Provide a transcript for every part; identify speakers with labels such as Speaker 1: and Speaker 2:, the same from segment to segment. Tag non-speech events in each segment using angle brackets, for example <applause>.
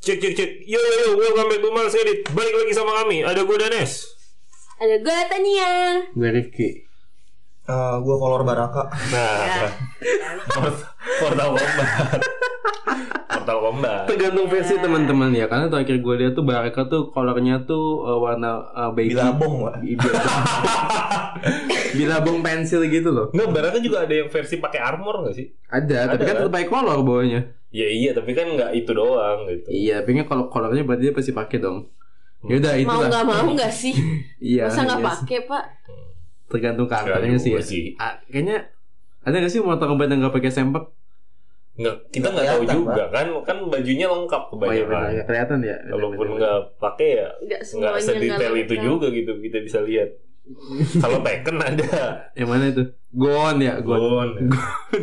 Speaker 1: Cek cek cek. Yo yo yo, welcome back to Mars Edit. Balik lagi sama kami. Ada gue Danes.
Speaker 2: Ada gue Tania.
Speaker 3: Gue Rifki
Speaker 4: Eh, gue kolor baraka
Speaker 3: Ya.
Speaker 1: Nah, Port- portal combat. portal combat.
Speaker 3: Tergantung versi
Speaker 2: Nah.
Speaker 3: teman-teman ya Karena terakhir gue lihat tuh Baraka tuh kolornya tuh uh, warna uh, baby
Speaker 4: bilabong lah
Speaker 3: I-
Speaker 1: <laughs>
Speaker 3: Bilabong Bilabong pensil gitu loh
Speaker 1: Nggak, barangnya juga ada yang versi pakai armor nggak sih?
Speaker 3: Ada,
Speaker 1: Ada,
Speaker 3: tapi kan
Speaker 1: kan?
Speaker 3: tetap pakai kolor bawahnya
Speaker 1: Ya iya, tapi kan nggak itu doang gitu.
Speaker 3: Iya, tapi kan kalau kolornya berarti dia pasti pakai dong Yaudah
Speaker 2: Mau
Speaker 3: itulah
Speaker 2: nggak mau nggak sih?
Speaker 3: Iya
Speaker 2: Masa nggak
Speaker 3: iya.
Speaker 2: pakai pak?
Speaker 3: Tergantung karakternya
Speaker 1: Nggak
Speaker 3: sih,
Speaker 1: juga
Speaker 3: ya.
Speaker 1: sih.
Speaker 3: Ah, Kayaknya ada gak sih motor kombat yang gak pakai sempak?
Speaker 1: Nggak, kita
Speaker 4: Nggak
Speaker 1: nggak tahu
Speaker 4: kelihatan,
Speaker 1: juga kan, kan bajunya lengkap
Speaker 3: Oh iya benar,
Speaker 1: kebanyakan.
Speaker 3: nggak kelihatan ya.
Speaker 1: Walaupun
Speaker 3: Benar, benar.
Speaker 1: nggak pakai ya,
Speaker 2: Nggak
Speaker 1: nggak
Speaker 2: semuanya
Speaker 1: sedetail
Speaker 2: nggak
Speaker 1: itu
Speaker 2: lengkap.
Speaker 1: juga gitu kita bisa
Speaker 3: <laughs>
Speaker 1: lihat. Kalau Tekken ada,
Speaker 3: Yang mana itu? Gon ya, Gon.
Speaker 1: Gon,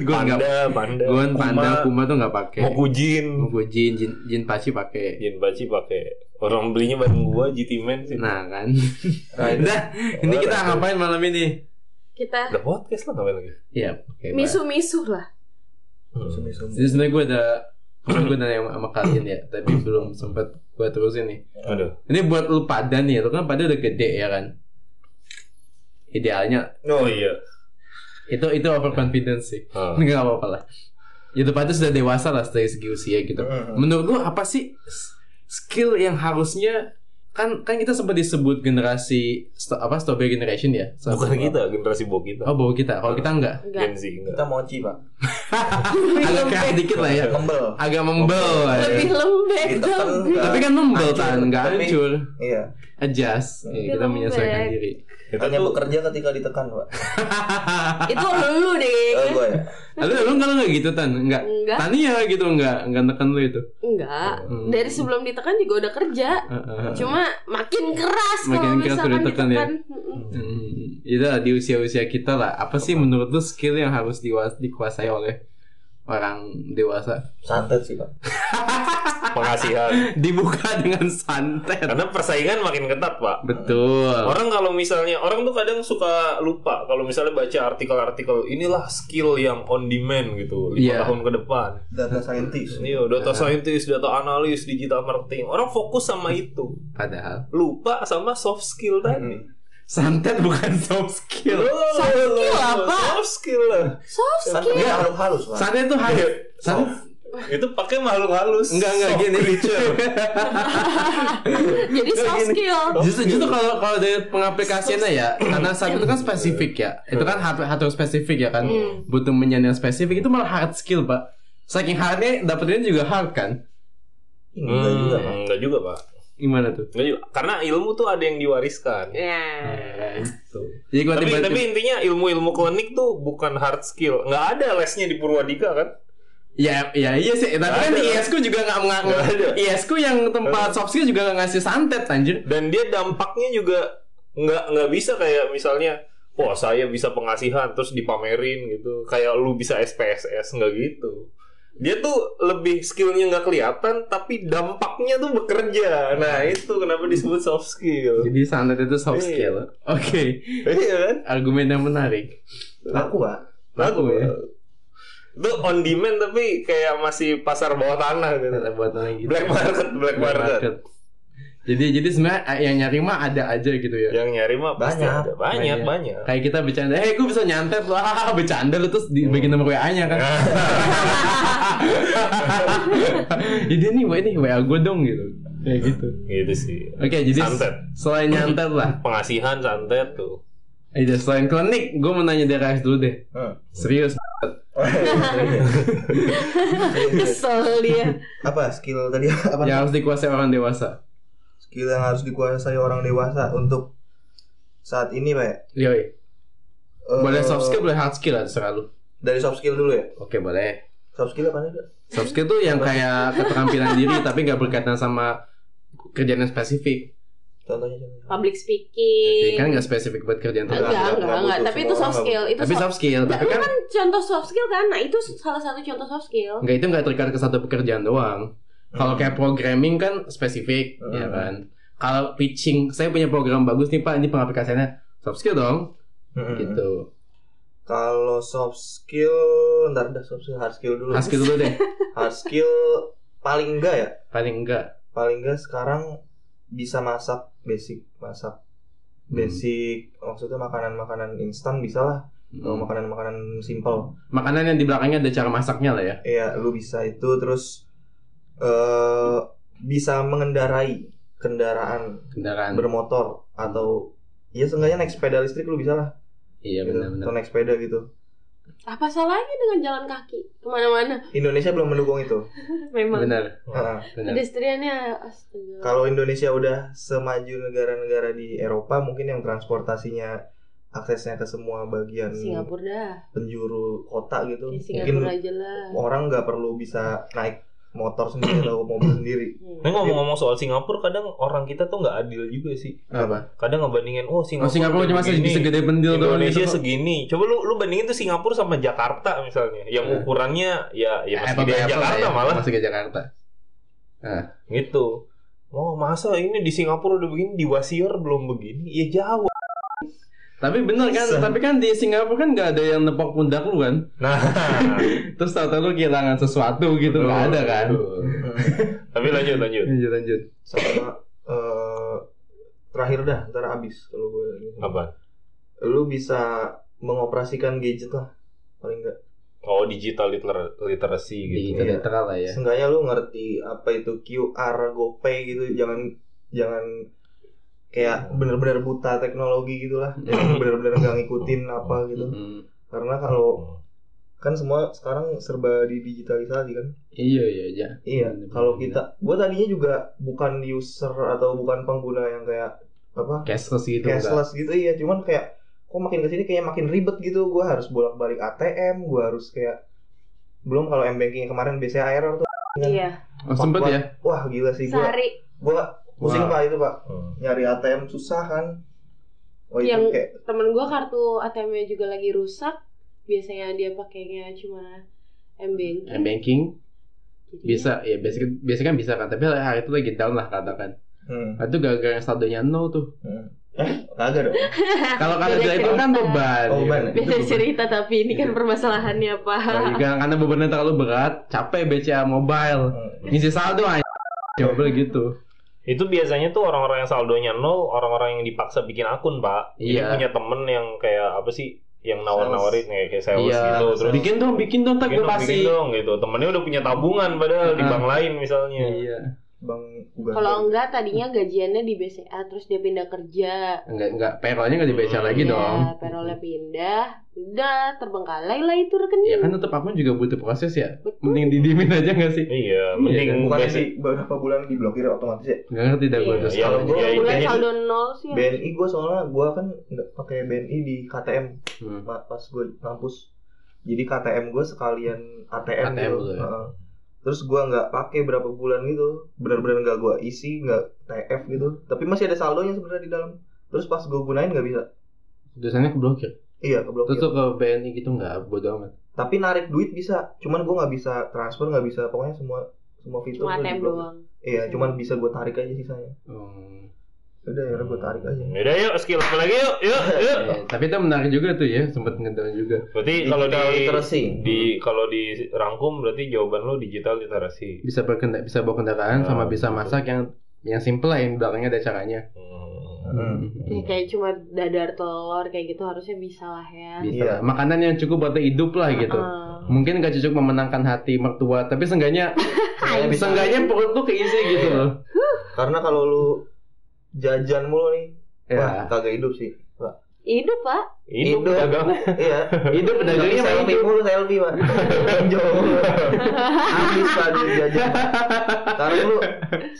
Speaker 3: Gon nggak.
Speaker 1: Panda, Panda,
Speaker 3: Gon, Panda,
Speaker 1: Kuma,
Speaker 3: Kuma tuh nggak pakai.
Speaker 1: Mokujin.
Speaker 3: Gue Jin, Jin, Jin Pachi pakai.
Speaker 1: Jin Baci pakai orang belinya bareng gua GT Man sih.
Speaker 3: Nah kan.
Speaker 4: Rider.
Speaker 3: Udah, ini
Speaker 1: Oh,
Speaker 3: kita
Speaker 1: Rider.
Speaker 3: ngapain malam ini?
Speaker 2: Kita
Speaker 1: Udah podcast lah ngapain lagi?
Speaker 3: Ya, oke. Pak.
Speaker 2: misu-misu lah.
Speaker 1: Hmm.
Speaker 3: Jadi sebenarnya gue ada gue nanya sama, sama kalian ya, tapi
Speaker 1: Hmm.
Speaker 3: belum sempat gue terusin nih.
Speaker 1: Aduh.
Speaker 3: Ini buat lu pada nih, lu kan pada udah gede ya kan. Idealnya
Speaker 1: Oh iya.
Speaker 3: itu itu overconfidence sih.
Speaker 1: Ah.
Speaker 3: Enggak apa-apa lah. Itu pada sudah dewasa lah dari segi usia gitu.
Speaker 1: Hmm.
Speaker 3: Menurut lu apa sih s- skill yang harusnya kan kan kita sempat disebut generasi sto- apa strawberry generation ya?
Speaker 1: Bukan kita, Hmm. generasi bawah kita.
Speaker 3: Oh, bawa kita. Kalau kita enggak.
Speaker 2: Enggak.
Speaker 1: Gen Z
Speaker 4: kita
Speaker 1: enggak.
Speaker 4: mochi pak
Speaker 3: Agak keras dikit lah ya.
Speaker 4: kembel
Speaker 3: Agak membel lah ya.
Speaker 2: Lebih lembek
Speaker 4: Kita
Speaker 2: dong.
Speaker 4: kan nggak-
Speaker 3: Tapi kan membel
Speaker 4: Hancur,
Speaker 3: kan, enggak
Speaker 4: tapi-
Speaker 3: hancur.
Speaker 4: iya
Speaker 3: Adjust. Ya, kita
Speaker 2: Lembek.
Speaker 3: menyesuaikan diri. <laughs>
Speaker 1: Kita
Speaker 4: hanya
Speaker 1: tuh
Speaker 4: bekerja ketika ditekan pak
Speaker 2: Itu lu deh.
Speaker 4: Eh, gue ya
Speaker 3: Lalu lu enggak enggak gitu Tan, enggak.
Speaker 2: Enggak.
Speaker 3: Tania gitu enggak, enggak tekan lu itu.
Speaker 2: Enggak.
Speaker 3: Hmm.
Speaker 2: Dari sebelum ditekan juga udah kerja.
Speaker 3: Heeh.
Speaker 2: Cuma makin keras
Speaker 3: Makin
Speaker 2: kalau
Speaker 3: keras
Speaker 2: misalkan
Speaker 3: udah
Speaker 2: ditekan.
Speaker 3: ditekan, ya? Hmm, itu lah, di usia-usia kita lah. Apa sih menurut lu skill yang harus diwas- dikuasai oleh orang dewasa? <laughs>
Speaker 4: santet sih pak
Speaker 1: pengasihan.
Speaker 3: Dibuka dengan santet.
Speaker 1: Karena persaingan makin ketat, Pak.
Speaker 3: Betul.
Speaker 1: Orang kalau misalnya orang tuh kadang suka lupa kalau misalnya baca artikel-artikel inilah skill yang on demand gitu lima
Speaker 3: Iya.
Speaker 1: tahun ke depan.
Speaker 4: data scientist
Speaker 1: Iya, data scientist, data analis, digital marketing. Orang fokus sama itu,
Speaker 3: Padahal
Speaker 1: lupa sama soft skill tadi.
Speaker 4: Hmm.
Speaker 3: santet bukan soft skill.
Speaker 1: Loh, loh,
Speaker 2: Soft skill
Speaker 1: loh,
Speaker 2: apa?
Speaker 1: Soft skill lah.
Speaker 2: Soft
Speaker 4: santet
Speaker 2: skill.
Speaker 4: kan makhluk halus pak
Speaker 3: Santet tuh harus.
Speaker 1: Soft.
Speaker 3: San-
Speaker 1: Itu pakai makhluk halus.
Speaker 3: Enggak enggak
Speaker 1: Soft
Speaker 3: gini.
Speaker 1: creature.
Speaker 2: Jadi soft skill.
Speaker 3: <laughs> Justru justru kalau kalau dari pengaplikasiannya ya, karena santet itu kan spesifik ya. Itu kan hard, hardware spesifik ya kan. Butuh menyan yang spesifik itu malah hard skill, Pak. Saking hardnya dapetinnya juga hard kan.
Speaker 4: enggak
Speaker 1: Hmm,
Speaker 4: juga pak
Speaker 1: enggak juga, Pak.
Speaker 3: Gimana tuh?
Speaker 1: Enggak juga. Karena ilmu tuh ada yang diwariskan. Gitu.
Speaker 2: Ya.
Speaker 3: Jadi kalau
Speaker 1: Tapi,
Speaker 3: tiba-tiba
Speaker 1: tapi intinya ilmu-ilmu klinik tuh bukan hard skill. Nggak ada lesnya di Purwadika kan?
Speaker 3: Ya, ya iya sih. Tapi
Speaker 1: Nggak
Speaker 3: kan
Speaker 1: ada.
Speaker 3: IS ku juga nggak mengaku.
Speaker 1: Nggak ada.
Speaker 3: IS ku yang tempat soft skill juga nggak ngasih santet anjir.
Speaker 1: Dan dia dampaknya juga nggak nggak bisa kayak misalnya, wah saya bisa pengasihan terus dipamerin gitu. Kayak lu bisa SPSS nggak gitu. Dia tuh lebih skillnya nggak kelihatan, tapi dampaknya tuh bekerja. Nah itu kenapa disebut soft skill.
Speaker 3: Jadi santet itu soft
Speaker 1: Iya.
Speaker 3: skill. Oke,
Speaker 1: Iya kan?
Speaker 3: argumen yang menarik.
Speaker 4: laku pak
Speaker 1: Lagu
Speaker 3: Laku, ya.
Speaker 1: ya. Itu on demand tapi kayak masih pasar bawah tanah gitu.
Speaker 3: Kata buat orang gitu.
Speaker 1: Black market, black market.
Speaker 3: Jadi jadi sebenarnya eh, yang nyari mah ada aja gitu ya.
Speaker 1: Yang nyari mah pasti
Speaker 4: Banyak.
Speaker 1: ada. banyak, banyak.
Speaker 3: Kayak kita bercanda, eh gue bisa nyantet lah, <laughs> bercanda lu terus dibagi nomor WA-nya
Speaker 1: Ya.
Speaker 3: <laughs> kan. Jadi nih, wah, ini WA gue dong gitu. Kayak gitu.
Speaker 1: <laughs> gitu sih.
Speaker 3: Oke, jadi
Speaker 1: Santet.
Speaker 3: selain nyantet lah,
Speaker 1: Pengasihan santet tuh.
Speaker 3: Iya, selain klinik, gue mau nanya dari Rais dulu deh.
Speaker 4: Hmm.
Speaker 3: Serius.
Speaker 2: Kesel dia.
Speaker 4: <laughs> apa skill tadi apa
Speaker 3: Yang harus dikuasai orang dewasa.
Speaker 4: skill yang harus dikuasai orang dewasa untuk saat ini pak ya?
Speaker 3: Yoi.
Speaker 4: Eh,
Speaker 3: Boleh soft skill, boleh hard skill lah, terserah lu.
Speaker 4: dari soft skill dulu ya
Speaker 3: Oke, boleh.
Speaker 4: soft skill apa sih Pak?
Speaker 3: Soft skill tuh yang kayak keterampilan diri tapi nggak berkaitan sama kerjaan yang spesifik.
Speaker 4: contohnya contohnya
Speaker 2: Public
Speaker 3: Jadi
Speaker 2: speaking.
Speaker 3: kan nggak spesifik buat kerjaan
Speaker 2: Enggak, enggak,
Speaker 3: tertentu.
Speaker 2: enggak,
Speaker 4: Iya. Nggak
Speaker 2: enggak.
Speaker 4: butuh
Speaker 2: Tapi itu
Speaker 4: semua
Speaker 2: soft
Speaker 4: orang,
Speaker 2: skill. Itu
Speaker 3: Tapi soft skill,
Speaker 2: Nah,
Speaker 3: tapi
Speaker 2: lu
Speaker 3: kan
Speaker 2: kan contoh soft skill kan, nah itu salah satu contoh soft skill.
Speaker 3: nggak itu nggak terikat ke satu pekerjaan doang. Kalau
Speaker 4: Hmm.
Speaker 3: kayak programming kan spesifik,
Speaker 4: Hmm.
Speaker 3: ya kan. Kalau pitching, saya punya program bagus nih Pak, ini pengaplikasiannya soft skill dong,
Speaker 4: Hmm.
Speaker 3: gitu.
Speaker 4: Kalau soft skill, ntar dah soft skill, hard skill dulu.
Speaker 3: Hard skill dulu deh.
Speaker 4: Hard skill paling enggak ya
Speaker 3: paling enggak
Speaker 4: paling enggak sekarang bisa masak basic masak basic maksudnya makanan-makanan instan bisa lah
Speaker 3: Hmm.
Speaker 4: Kalau makanan-makanan simple
Speaker 3: makanan yang di belakangnya ada cara masaknya lah ya
Speaker 4: Iya, lu bisa itu terus eh bisa mengendarai kendaraan
Speaker 3: kendaraan
Speaker 4: bermotor atau ya seenggaknya naik sepeda listrik lu bisa lah
Speaker 3: iya
Speaker 4: gitu. atau
Speaker 3: benar-benar
Speaker 4: naik sepeda gitu.
Speaker 2: Apa salahnya dengan jalan kaki kemana-mana?
Speaker 4: Indonesia belum mendukung itu.
Speaker 2: Memang.
Speaker 3: benar
Speaker 4: Heeh.
Speaker 3: benar
Speaker 2: Pedestriannya astaga.
Speaker 4: Kalau Indonesia udah semaju negara-negara di Eropa, mungkin yang transportasinya aksesnya ke semua bagian
Speaker 2: Singapura dah.
Speaker 4: penjuru kota gitu,
Speaker 2: Di
Speaker 4: mungkin
Speaker 2: Singapura aja lah.
Speaker 4: orang nggak perlu bisa naik motor sendiri atau mobil sendiri.
Speaker 2: Hmm.
Speaker 1: Ini ngomong-ngomong soal Singapura, kadang orang kita tuh nggak adil juga sih.
Speaker 3: apa
Speaker 1: Kadang ngebandingin, oh
Speaker 3: oh
Speaker 1: Singapura,
Speaker 3: Singapura
Speaker 1: kayak
Speaker 3: cuma
Speaker 1: begini,
Speaker 3: segede pendil doang
Speaker 1: Indonesia
Speaker 3: gitu.
Speaker 1: segini. Coba lu lu bandingin tuh Singapura sama Jakarta misalnya, yang
Speaker 3: Eh.
Speaker 1: ukurannya ya ya masih
Speaker 3: Apple
Speaker 1: gede
Speaker 3: to apple
Speaker 1: Jakarta
Speaker 3: lah ya,
Speaker 1: malah
Speaker 3: masih ke Jakarta
Speaker 1: gitu. Oh masa ini di Singapura udah begini, di Wasior belum begini? Ya jauh.
Speaker 3: tapi bener kan
Speaker 4: Bisa.
Speaker 3: tapi kan di Singapura kan nggak ada yang nepok pundak lu kan
Speaker 1: Nah, <laughs>
Speaker 3: terus tahu-tahu lu kehilangan sesuatu gitu nggak ada kan
Speaker 1: Betul. Tapi lanjut lanjut.
Speaker 3: lanjut lanjut
Speaker 4: sama eh, terakhir dah ntar abis kalau gue ini.
Speaker 1: Apa?
Speaker 4: lu bisa mengoperasikan gadget lah paling enggak
Speaker 1: Oh digital liter- literacy
Speaker 3: di
Speaker 1: gitu.
Speaker 4: Iya.
Speaker 3: literal lah ya
Speaker 4: seenggaknya lu ngerti apa itu QR GoPay gitu jangan jangan kayak bener-bener buta teknologi gitulah
Speaker 1: Iya.
Speaker 4: jangan bener-bener nggak <laughs> ngikutin apa gitu
Speaker 3: Mm.
Speaker 4: karena kalau kan semua sekarang serba didigitalisasi kan
Speaker 3: iya iya iya
Speaker 4: Iya,
Speaker 3: Bener-bener.
Speaker 4: kalau kita, gue tadinya juga bukan user atau bukan pengguna yang kayak apa
Speaker 3: cashless gitu enggak
Speaker 4: cashless gitu iya cuman kayak kok makin kesini kayak makin ribet gitu gue harus bolak balik ATM gue harus kayak belum kalau m banking kemarin biasanya error tuh kan.
Speaker 2: Iya,
Speaker 3: oh sempet ya
Speaker 4: wah gila sih gue
Speaker 2: sehari
Speaker 4: gue pusing
Speaker 3: Wah.
Speaker 4: pak itu
Speaker 1: Hmm,
Speaker 4: pak nyari ATM susah kan oh itu
Speaker 2: Yang-
Speaker 4: kayak
Speaker 2: temen gua kartu ATM-nya juga lagi rusak. Biasanya dia pakainya cuma M-Banking.
Speaker 3: M Eh, banking
Speaker 2: Jadi- <laughs>
Speaker 3: bisa ya biasanya biasanya kan bisa kan tapi hari itu lagi down lah katakan
Speaker 4: hmm,
Speaker 3: Ah, itu gara-gara yang saldonya nol tuh
Speaker 4: hmm. eh kagak dong
Speaker 3: kalau karena
Speaker 2: Ah, Beda
Speaker 3: itu kan
Speaker 2: cerita.
Speaker 3: beban Iya.
Speaker 4: Oh,
Speaker 3: ya.
Speaker 4: beban.
Speaker 3: Itu
Speaker 2: Beda cerita tapi ini kan permasalahannya apa?
Speaker 3: Kalau juga Iya, karena bebannya terlalu berat capek BCA mobile
Speaker 4: Hmm.
Speaker 3: ngisi saldo aja coba gitu
Speaker 1: Itu biasanya tuh orang-orang yang saldonya nol, orang-orang yang dipaksa bikin akun, Pak. Jadi
Speaker 3: Iya.
Speaker 1: punya temen yang kayak apa sih yang nawar-nawarin kayak, kayak sales
Speaker 3: iya
Speaker 1: gitu terus
Speaker 3: bikin dong bikin dong tak
Speaker 1: bikin
Speaker 3: gue
Speaker 1: dong, bikin
Speaker 3: kasih
Speaker 1: dong gitu. Temennya udah punya tabungan padahal di
Speaker 3: Ah.
Speaker 1: bank lain misalnya.
Speaker 3: iya
Speaker 4: bang Uga.
Speaker 2: Kalau enggak tadinya gajiannya di BCA terus dia pindah kerja.
Speaker 3: enggak enggak payrollnya enggak di BCA lagi
Speaker 2: ya,
Speaker 3: dong
Speaker 2: Perolnya pindah, udah terbengkalai lah itu
Speaker 3: ya
Speaker 2: rekening.
Speaker 3: kan tetap aku juga butuh proses ya
Speaker 2: Betul.
Speaker 3: mending didimin aja nggak sih
Speaker 1: Iya,
Speaker 3: Iya,
Speaker 1: mending
Speaker 3: kan?
Speaker 4: bukan
Speaker 1: basic.
Speaker 4: sih beberapa bulan diblokir otomatis ya
Speaker 3: nggak ngerti dah gue
Speaker 2: Iya.
Speaker 3: terus
Speaker 1: Iya,
Speaker 3: kalau gitu.
Speaker 4: Kalau gua-
Speaker 1: ya,
Speaker 2: Bulan
Speaker 1: intinya
Speaker 2: saldo nol sih. ya.
Speaker 4: BNI gue soalnya gue kan nggak pakai BNI di KTM
Speaker 3: Hmm.
Speaker 4: Ma- pas gue kampus jadi KTM gue sekalian ATM,
Speaker 3: ATM
Speaker 4: gitu
Speaker 3: lu ya?
Speaker 4: Heeh. terus gue nggak pakai berapa bulan gitu benar-benar nggak gue isi nggak TF gitu tapi masih ada saldonya sebenarnya di dalam terus pas gue gunain nggak bisa
Speaker 3: tulisannya keblokir
Speaker 4: iya
Speaker 3: terus
Speaker 4: keblokir
Speaker 3: tuh ke BNI gitu nggak bodo amat
Speaker 4: tapi narik duit bisa cuman gue nggak bisa transfer nggak bisa pokoknya semua semua fitur
Speaker 2: Cuma
Speaker 4: gua
Speaker 2: ATM
Speaker 4: diblokir.
Speaker 2: doang.
Speaker 4: iya cuman bisa gue tarik aja sisanya
Speaker 3: Hmm.
Speaker 4: udah ya gue tarik aja
Speaker 1: Yaudah yuk skill apa lagi yuk yuk yuk.
Speaker 3: Iya, tapi itu menarik juga tuh ya sempat ngedown juga
Speaker 1: Berarti kalau di
Speaker 4: Digital literacy
Speaker 1: di kalau dirangkum berarti jawaban lu digital literasi.
Speaker 3: bisa berkenda bisa bawa kendaraan
Speaker 1: Ah,
Speaker 3: sama bisa
Speaker 1: betul.
Speaker 3: masak yang yang simple lah yang belakangnya ada caranya
Speaker 1: Hmm.
Speaker 4: Hmm.
Speaker 2: Ya, kayak cuma dadar telur kayak gitu harusnya bisa lah ya.
Speaker 3: bisa
Speaker 4: Iya.
Speaker 3: lah. makanan yang cukup buat hidup lah gitu
Speaker 2: Heeh.
Speaker 3: mungkin gak cocok memenangkan hati mertua tapi seenggaknya eh,
Speaker 4: Seenggaknya bisa.
Speaker 3: seenggaknya perut tuh keisi gitu loh
Speaker 4: karena kalau lu jajan mulu nih
Speaker 3: ya
Speaker 4: wah kagak hidup sih
Speaker 2: Hidup pak.
Speaker 1: Hidup
Speaker 4: Hidup.
Speaker 1: dagang.
Speaker 4: iya
Speaker 3: itu pedagangnya mah
Speaker 4: selfie
Speaker 3: hidup
Speaker 4: mulu selfie pak jauh habis tadi
Speaker 3: <laughs>
Speaker 4: jajan sekarang lu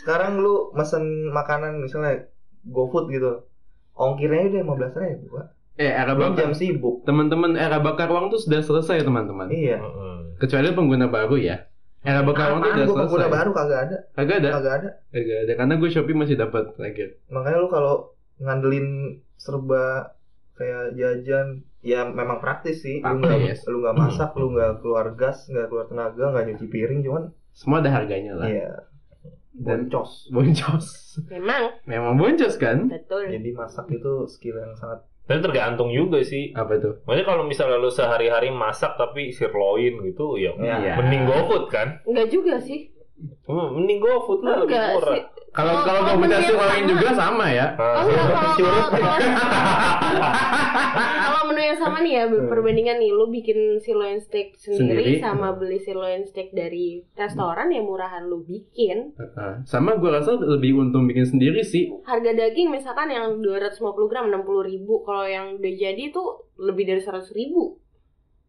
Speaker 4: sekarang lu mesen makanan misalnya GoFood gitu ongkirnya udah 15 ribu pak
Speaker 3: eh era
Speaker 4: belum
Speaker 3: bakar
Speaker 4: jam sibuk
Speaker 3: teman-teman era bakar uang tuh sudah selesai teman-teman
Speaker 4: iya
Speaker 1: Hmm.
Speaker 3: kecuali pengguna baru ya era bakar uang tuh
Speaker 4: Apaan
Speaker 3: sudah
Speaker 4: gue Ah, pengguna
Speaker 3: selesai Ya.
Speaker 4: baru kagak ada
Speaker 3: kagak ada
Speaker 4: kagak ada
Speaker 3: kagak ada karena gue shopee masih ya. dapat lagi
Speaker 4: makanya lu kalau ngandelin serba kayak jajan ya memang praktis Hmm. sih lu nggak
Speaker 3: Praktis.
Speaker 4: lu nggak masak lu nggak keluar gas nggak keluar tenaga nggak nyuci piring cuman
Speaker 3: semua ada harganya lah
Speaker 4: iya
Speaker 3: dan
Speaker 4: boncos
Speaker 3: boncos <laughs>
Speaker 2: Memang
Speaker 3: memang boncos kan
Speaker 2: betul.
Speaker 4: jadi masak itu skill yang sangat
Speaker 1: Tapi tergantung juga sih.
Speaker 3: apa tuh
Speaker 1: Maksudnya kalau misalnya lu sehari-hari masak tapi sirloin gitu ya
Speaker 4: Iya.
Speaker 1: mending GoFood kan?
Speaker 2: Enggak juga sih.
Speaker 1: Hmm, mending GoFood lah lebih
Speaker 2: Enggak
Speaker 1: murah.
Speaker 2: sih.
Speaker 3: Kalau
Speaker 2: Oh,
Speaker 3: kalau
Speaker 2: oh, menu
Speaker 3: kombinasi
Speaker 2: yang
Speaker 3: warung
Speaker 2: sama.
Speaker 3: juga sama ya.
Speaker 2: Oh,
Speaker 1: Ah,
Speaker 2: enggak, kalau,
Speaker 4: Curut.
Speaker 2: kalau, kalau menu yang sama nih ya, perbandingan nih, lu bikin sirloin steak sendiri,
Speaker 3: Sendiri.
Speaker 2: sama beli sirloin steak dari restoran ya murahan lu bikin.
Speaker 3: Heeh. Sama gua rasa lebih untung bikin sendiri sih.
Speaker 2: Harga daging misalkan yang 250 gram 60 ribu, kalau yang udah jadi tuh lebih dari 100 ribu.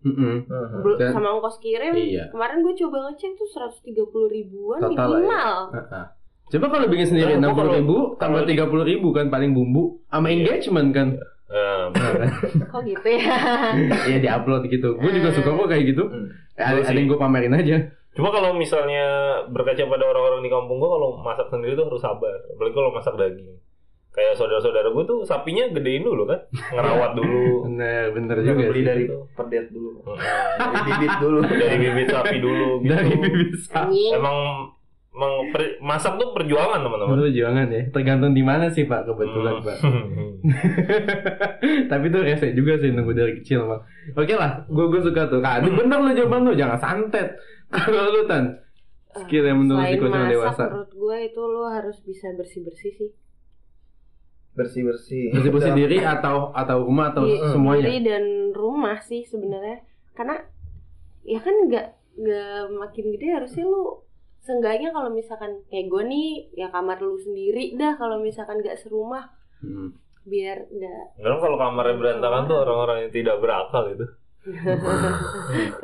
Speaker 3: Mm-mm.
Speaker 4: Heeh.
Speaker 2: Bel-
Speaker 3: Dan-
Speaker 2: sama ongkos kirim,
Speaker 3: Iya.
Speaker 2: kemarin gue coba ngecek tuh 130 ribuan
Speaker 3: Total lah ya.
Speaker 2: minimal.
Speaker 3: Heeh. Coba kalau bikin sendiri
Speaker 1: Nah,
Speaker 3: enam
Speaker 1: gua kalau-
Speaker 3: puluh ribu tambah
Speaker 1: kalau-
Speaker 3: tiga puluh ribu kan paling bumbu
Speaker 1: Iya.
Speaker 3: sama engagement kan.
Speaker 1: Ah,
Speaker 2: Kok gitu
Speaker 3: <laughs>
Speaker 2: ya?
Speaker 3: Iya di upload gitu. Gue juga suka kok kayak gitu. Eh,
Speaker 4: Hmm.
Speaker 1: Gua
Speaker 3: Ada, ada
Speaker 1: sih.
Speaker 3: yang gue pamerin aja.
Speaker 1: Cuma kalau misalnya berkaca pada orang-orang di kampung gua kalau masak sendiri tuh harus sabar. Apalagi kalau masak daging. Kayak saudara-saudara gua tuh sapinya gedein dulu kan, ngerawat
Speaker 4: <laughs>
Speaker 1: dulu.
Speaker 3: Bener bener
Speaker 4: Jangan
Speaker 3: juga
Speaker 4: beli
Speaker 3: sih.
Speaker 4: dari perdet dulu
Speaker 1: Hmm.
Speaker 4: <laughs> dari bibit dulu
Speaker 1: Dari bibit sapi dulu gitu.
Speaker 3: dari bisa.
Speaker 2: Anjing.
Speaker 1: Emang emang per- masak tuh perjuangan, teman-teman.
Speaker 3: perjuangan ya. Tergantung di mana sih Pak kebetulan
Speaker 1: <laughs>
Speaker 3: Pak.
Speaker 1: Hmm.
Speaker 3: Tapi tuh rese juga sih nunggu dari kecil mah. Oke lah, gue gue suka tuh. Kak, ini bener lo jawaban lo jangan santet. <laughs> Kalau lu tan skill yang menurut
Speaker 2: Eh, Selain
Speaker 3: dikuasai orang
Speaker 2: masak,
Speaker 3: dewasa.
Speaker 2: menurut gue itu lo harus bisa bersih bersih sih
Speaker 4: bersih bersih
Speaker 3: Bersih bersih diri atau atau rumah atau
Speaker 2: Di-
Speaker 3: semuanya.
Speaker 2: diri Iya, dan rumah sih sebenarnya karena ya kan nggak nggak makin gede harusnya lo seenggaknya kalau misalkan kayak gue nih ya kamar lu sendiri dah kalau misalkan nggak serumah
Speaker 3: Hmm.
Speaker 2: biar nggak
Speaker 1: Kadang kalau kamarnya berantakan tuh orang-orang yang tidak berakal itu.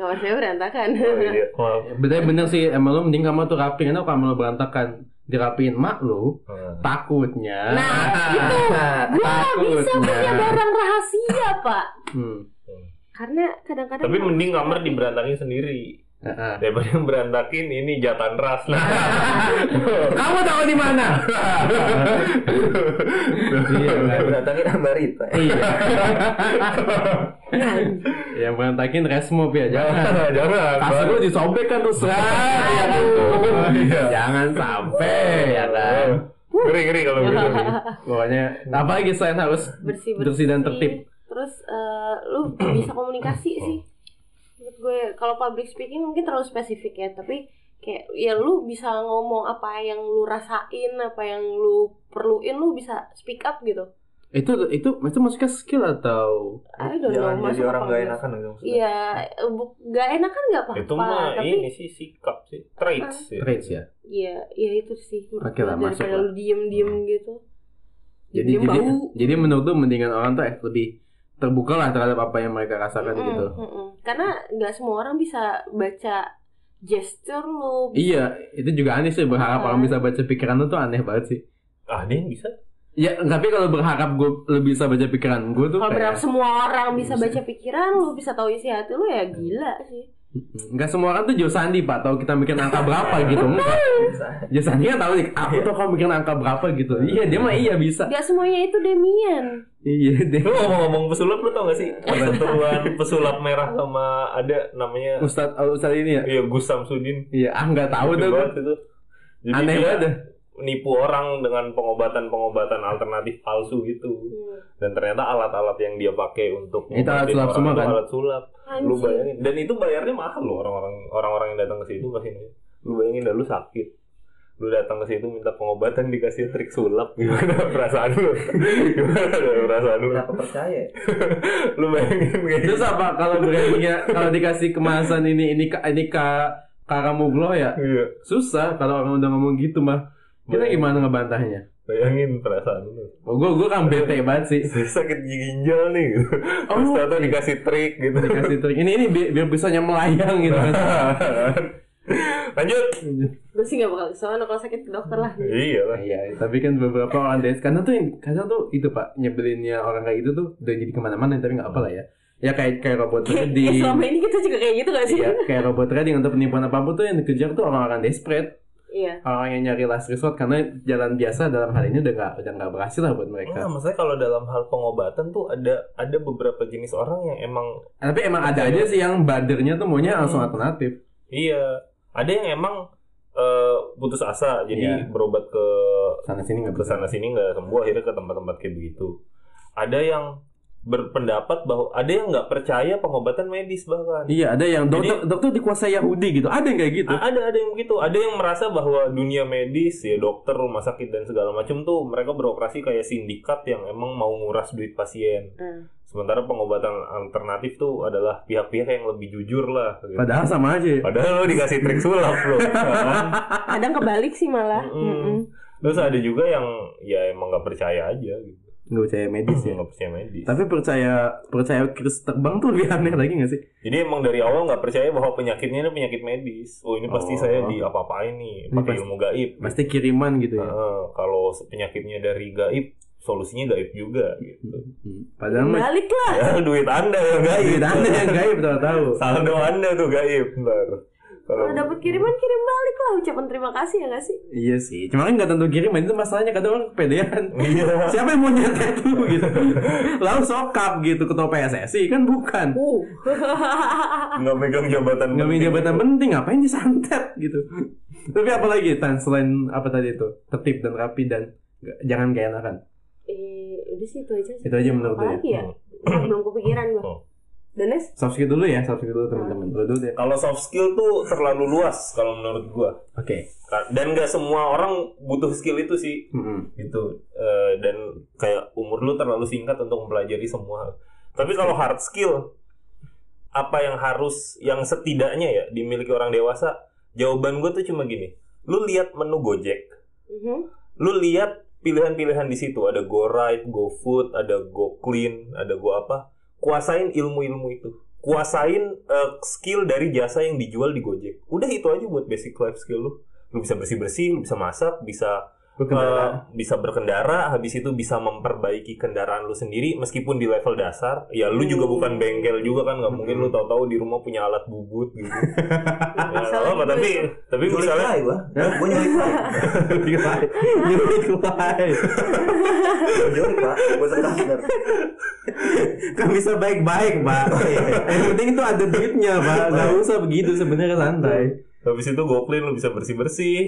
Speaker 2: kamar saya berantakan
Speaker 1: Oh, iya. Maaf.
Speaker 3: <laughs> Bener bener sih emang lo mending kamu tuh rapiin atau kamu lo berantakan dirapiin mak lo
Speaker 1: Hmm.
Speaker 3: takutnya
Speaker 2: nah gitu gue nggak bisa punya barang rahasia pak
Speaker 3: Hmm.
Speaker 2: karena kadang-kadang
Speaker 1: Tapi mending kamar diberantakin sendiri
Speaker 3: Ah, ah.
Speaker 1: daripada yang berantakin ini jatan
Speaker 3: <laughs>
Speaker 1: ras. Nah.
Speaker 3: kamu tahu di mana iya kan?
Speaker 4: berantakin sama Rita
Speaker 3: iya yang berantakin resmob ya jangan
Speaker 1: jangan, jangan.
Speaker 3: kasur lu disobek kan terus ah, ya kan?
Speaker 1: Oh, iya.
Speaker 3: jangan sampai ya kan
Speaker 1: Ngeri ngeri kalau gitu.
Speaker 3: <laughs> pokoknya apalagi selain harus
Speaker 2: bersih
Speaker 3: bersih dan tertib
Speaker 2: terus eh, lu <clears throat> bisa komunikasi sih menurut gue kalau public speaking mungkin terlalu spesifik ya tapi kayak ya lu bisa ngomong apa yang lu rasain apa yang lu perluin lu bisa speak up gitu
Speaker 3: itu itu itu maksudnya skill atau
Speaker 2: I don't
Speaker 4: jangan
Speaker 2: know
Speaker 4: jadi
Speaker 2: masuk
Speaker 4: orang
Speaker 2: apa
Speaker 4: gak
Speaker 2: enggak.
Speaker 4: enakan gitu maksudnya.
Speaker 2: iya eh, bu- gak enak kan gak apa-apa
Speaker 1: Itu mah
Speaker 2: tapi
Speaker 1: ini sih sikap sih, traits ya.
Speaker 3: traits ya
Speaker 2: ya ya itu sih menurut
Speaker 3: Oke
Speaker 2: gue,
Speaker 3: lah, masuk
Speaker 2: daripada
Speaker 3: lah.
Speaker 2: lu diem diem gitu
Speaker 3: jadi
Speaker 2: Diem
Speaker 3: jadi
Speaker 2: bau.
Speaker 3: jadi menurut lu mendingan orang tuh lebih terbuka lah terhadap apa yang mereka rasakan
Speaker 2: Mm-mm,
Speaker 3: gitu
Speaker 2: mm-mm. karena nggak semua orang bisa baca gesture lu
Speaker 3: Iya, itu juga aneh sih berharap
Speaker 2: Ah.
Speaker 3: orang bisa baca pikiran lu tuh aneh banget sih.
Speaker 1: Ah, dia yang bisa.
Speaker 3: Ya, tapi kalau berharap gue lebih bisa baca pikiran gue tuh
Speaker 2: Kalau berharap
Speaker 3: kayak Iya,
Speaker 2: semua orang bisa baca pikiran lu, bisa tahu isi hati lu ya gila sih.
Speaker 3: nggak semua orang tuh Josandi pak tahu kita bikin angka berapa gitu. Enggak. Josandi kan tahu nih, aku tuh kamu bikin angka berapa gitu. Iya, dia mah iya bisa.
Speaker 2: Gak semuanya itu Demian.
Speaker 3: Iya, <laughs> dia
Speaker 1: Lu ngomong-ngomong pesulap lu tau gak sih? Perseteruan pesulap merah sama ada namanya
Speaker 3: Ustad Ustad ini ya.
Speaker 1: Iya Gus Samsudin.
Speaker 3: Iya, ah nggak tahu
Speaker 1: Gede
Speaker 3: tuh.
Speaker 1: banget itu. Jadi
Speaker 3: Aneh
Speaker 1: dia
Speaker 3: banget. dah.
Speaker 1: nipu orang dengan pengobatan-pengobatan alternatif palsu gitu. Dan ternyata alat-alat yang dia pakai untuk
Speaker 3: Itu alat
Speaker 1: ngobatin
Speaker 3: sulap
Speaker 1: orang
Speaker 3: semua,
Speaker 1: itu
Speaker 3: kan?
Speaker 1: Alat sulap.
Speaker 2: Anjing.
Speaker 1: Lu bayangin dan itu bayarnya mahal loh orang-orang orang-orang yang datang ke situ pasti ini. Lu bayangin dah lu sakit. Lu datang ke situ minta pengobatan dikasih trik sulap <laughs> gimana perasaan lu? <laughs> Gimana dah perasaan lu?
Speaker 4: kenapa percaya ya?
Speaker 1: Lu bayangin kayak gitu.
Speaker 3: Iya. Terus apa kalau beraninya kalau dikasih kemasan ini ini ka- ini ka Karamuglo ya
Speaker 1: Iya,
Speaker 3: susah kalau orang udah ngomong gitu mah kita gimana ngebantahnya?
Speaker 1: bayangin perasaan lu.
Speaker 3: Oh, gue gue kan bete banget sih.
Speaker 1: Sakit ginjal nih gitu. <laughs>
Speaker 3: Oh,
Speaker 1: Terus ternyata dikasih trik <laughs> gitu.
Speaker 3: Dikasih trik ini ini biar, biar bisanya melayang gitu kan.
Speaker 1: <laughs> Lanjut.
Speaker 2: Gue sih gak bakal kesana kalau sakit ke dokter lah.
Speaker 1: Iya lah.
Speaker 3: Iya, tapi kan beberapa orang des karena tuh kadang tuh itu pak nyebelinnya orang kayak gitu tuh udah jadi kemana-mana tapi nggak apa lah ya. Ya kayak kayak
Speaker 2: <laughs>
Speaker 3: robot
Speaker 2: Kayak kayak
Speaker 3: trading.
Speaker 2: Eh, selama ini kita juga kayak gitu gak sih?
Speaker 3: Iya, kayak robot trading untuk penipuan apapun tuh yang dikejar tuh orang-orang desperate,
Speaker 2: Iya.
Speaker 3: orang yang nyari last resort karena jalan biasa dalam hal ini udah nggak udah nggak berhasil lah buat
Speaker 1: Enggak,
Speaker 3: mereka.
Speaker 1: maksudnya kalau dalam hal pengobatan tuh ada ada beberapa jenis orang yang emang
Speaker 3: Tapi emang ada aja sih yang badernya tuh maunya langsung alternatif.
Speaker 1: iya, ada yang emang eh, putus asa jadi
Speaker 3: Iya.
Speaker 1: berobat ke
Speaker 3: Sana sini nggak
Speaker 1: ke
Speaker 3: bisa.
Speaker 1: sana sini nggak sembuh akhirnya ke tempat-tempat kayak begitu. Ada yang berpendapat bahwa ada yang nggak percaya pengobatan medis bahkan.
Speaker 3: Iya, ada yang dokter dokter dikuasai Yahudi gitu. Ada yang kayak gitu.
Speaker 1: A- Ada ada yang begitu, ada yang merasa bahwa dunia medis ya dokter, rumah sakit dan segala macam tuh mereka beroperasi kayak sindikat yang emang mau nguras duit pasien.
Speaker 2: Hmm.
Speaker 1: Sementara pengobatan alternatif tuh adalah pihak-pihak yang lebih jujur lah. gitu.
Speaker 3: Padahal sama aja. ya.
Speaker 1: Padahal lo dikasih trik sulap lo.
Speaker 2: kadang kebalik sih malah
Speaker 1: Mm-mm.
Speaker 2: Mm-mm.
Speaker 1: <laughs> Terus ada juga yang ya emang nggak percaya aja gitu.
Speaker 3: <laughs> Nggak percaya medis ya.
Speaker 1: Nggak percaya medis.
Speaker 3: Tapi percaya percaya Chris terbang tuh lebih aneh lagi nggak sih?
Speaker 1: Jadi emang dari awal nggak percaya bahwa penyakitnya ini penyakit medis. Oh ini pasti
Speaker 3: Oh.
Speaker 1: saya di apa-apain nih
Speaker 3: Ini
Speaker 1: pakai
Speaker 3: pasti-
Speaker 1: ilmu gaib.
Speaker 3: Pasti kiriman gitu ya.
Speaker 1: Heeh, kalau penyakitnya dari gaib, solusinya gaib juga gitu.
Speaker 3: Padahal mah
Speaker 2: balik lah
Speaker 1: Ya, <laughs> duit Anda yang gaib.
Speaker 3: duit Anda yang gaib tahu tahu.
Speaker 1: Saldo Anda tuh gaib ntar.
Speaker 2: kalau dapat kiriman kirim balik lah ucapan terima kasih ya gak sih
Speaker 3: Iya sih. Cuma kan nggak tentu kiriman itu masalahnya kadang orang kepedean.
Speaker 1: Iya.
Speaker 3: Siapa yang mau nyetet lu <laughs> gitu? Lalu sokap gitu ketua PSSI kan bukan.
Speaker 2: uh
Speaker 1: Nggak megang jabatan.
Speaker 3: Nggak punya
Speaker 1: penting.
Speaker 3: jabatan penting ngapain disantet gitu. Tapi apa lagi Tan selain apa tadi itu? Tertib dan rapi dan nggak- jangan kayak enakan.
Speaker 2: <laughs> eh udah sih itu aja sih
Speaker 3: Itu aja menurut
Speaker 2: apa
Speaker 3: Oh. gue.
Speaker 2: lagi ya Ah, belum kepikiran gua
Speaker 1: Hmm.
Speaker 2: Danes
Speaker 3: Subscribe dulu ya, subscribe dulu teman-teman. Lu dulu deh.
Speaker 1: Kalau soft skill tuh terlalu luas kalau menurut gua. Nah,
Speaker 3: Oke.
Speaker 1: Dan nggak semua orang butuh skill itu sih.
Speaker 3: Mm-mm.
Speaker 1: gitu Eh, dan kayak umur lu terlalu singkat untuk mempelajari semua hal. Tapi kalau hard skill apa yang harus yang setidaknya ya dimiliki orang dewasa? Jawaban gue tuh cuma gini. Lu lihat menu Gojek,
Speaker 3: <laughs>
Speaker 2: Mhm.
Speaker 1: lu lihat pilihan-pilihan di situ ada GoRide, GoFood, ada GoClean, ada Go apa? Kuasain ilmu-ilmu itu. Kuasain eh, skill dari jasa yang dijual di Gojek. Udah itu aja buat basic life skill lu. Lu bisa bersih-bersih, lu bisa masak, bisa
Speaker 3: Berkendara.
Speaker 1: Eh, bisa berkendara habis itu bisa memperbaiki kendaraan lu sendiri meskipun di level dasar ya lu juga bukan bengkel juga kan nggak mungkin lu tahu-tahu di rumah punya alat bubut gitu ya, nggak
Speaker 2: Misalnya
Speaker 1: apa-apa,
Speaker 2: gitu
Speaker 1: tapi
Speaker 2: ya.
Speaker 1: tapi misalnya
Speaker 5: Nyulik lah, gua. Gua nyulik lah.
Speaker 3: Nyulik lain. Nyulik lain.
Speaker 5: Gua nyulik pak. Gua sekali bener.
Speaker 3: Kan bisa baik-baik, Pak. Yang penting itu ada duitnya, Pak. Gak usah begitu sebenarnya santai.
Speaker 1: habis itu goklin lu bisa bersih bersih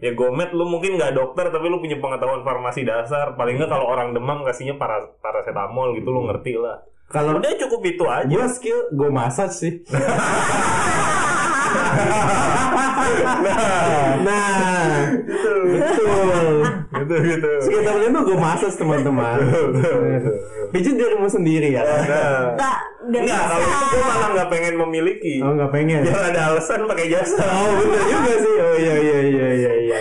Speaker 1: ya gomet lu mungkin nggak dokter tapi lu punya pengetahuan farmasi dasar paling nggak kalau orang demam kasihnya para paracetamol gitu lu ngerti lah
Speaker 3: Kalau
Speaker 1: udah cukup itu aja
Speaker 3: gue skill gue massage sih. nah, betul.
Speaker 1: gitu gitu
Speaker 3: Skill tablet itu gue massage teman-teman. Pijit dirimu sendiri ya.
Speaker 1: nah <laughs>
Speaker 2: Nggak,
Speaker 1: Enggak,
Speaker 2: nggak
Speaker 3: Iya.
Speaker 2: bisa.
Speaker 1: kalau itu gue malah nggak pengen memiliki.
Speaker 3: Oh nggak pengen.
Speaker 1: Biar ada alasan pakai jasa.
Speaker 3: Oh bener juga sih. Oh iya iya iya iya iya.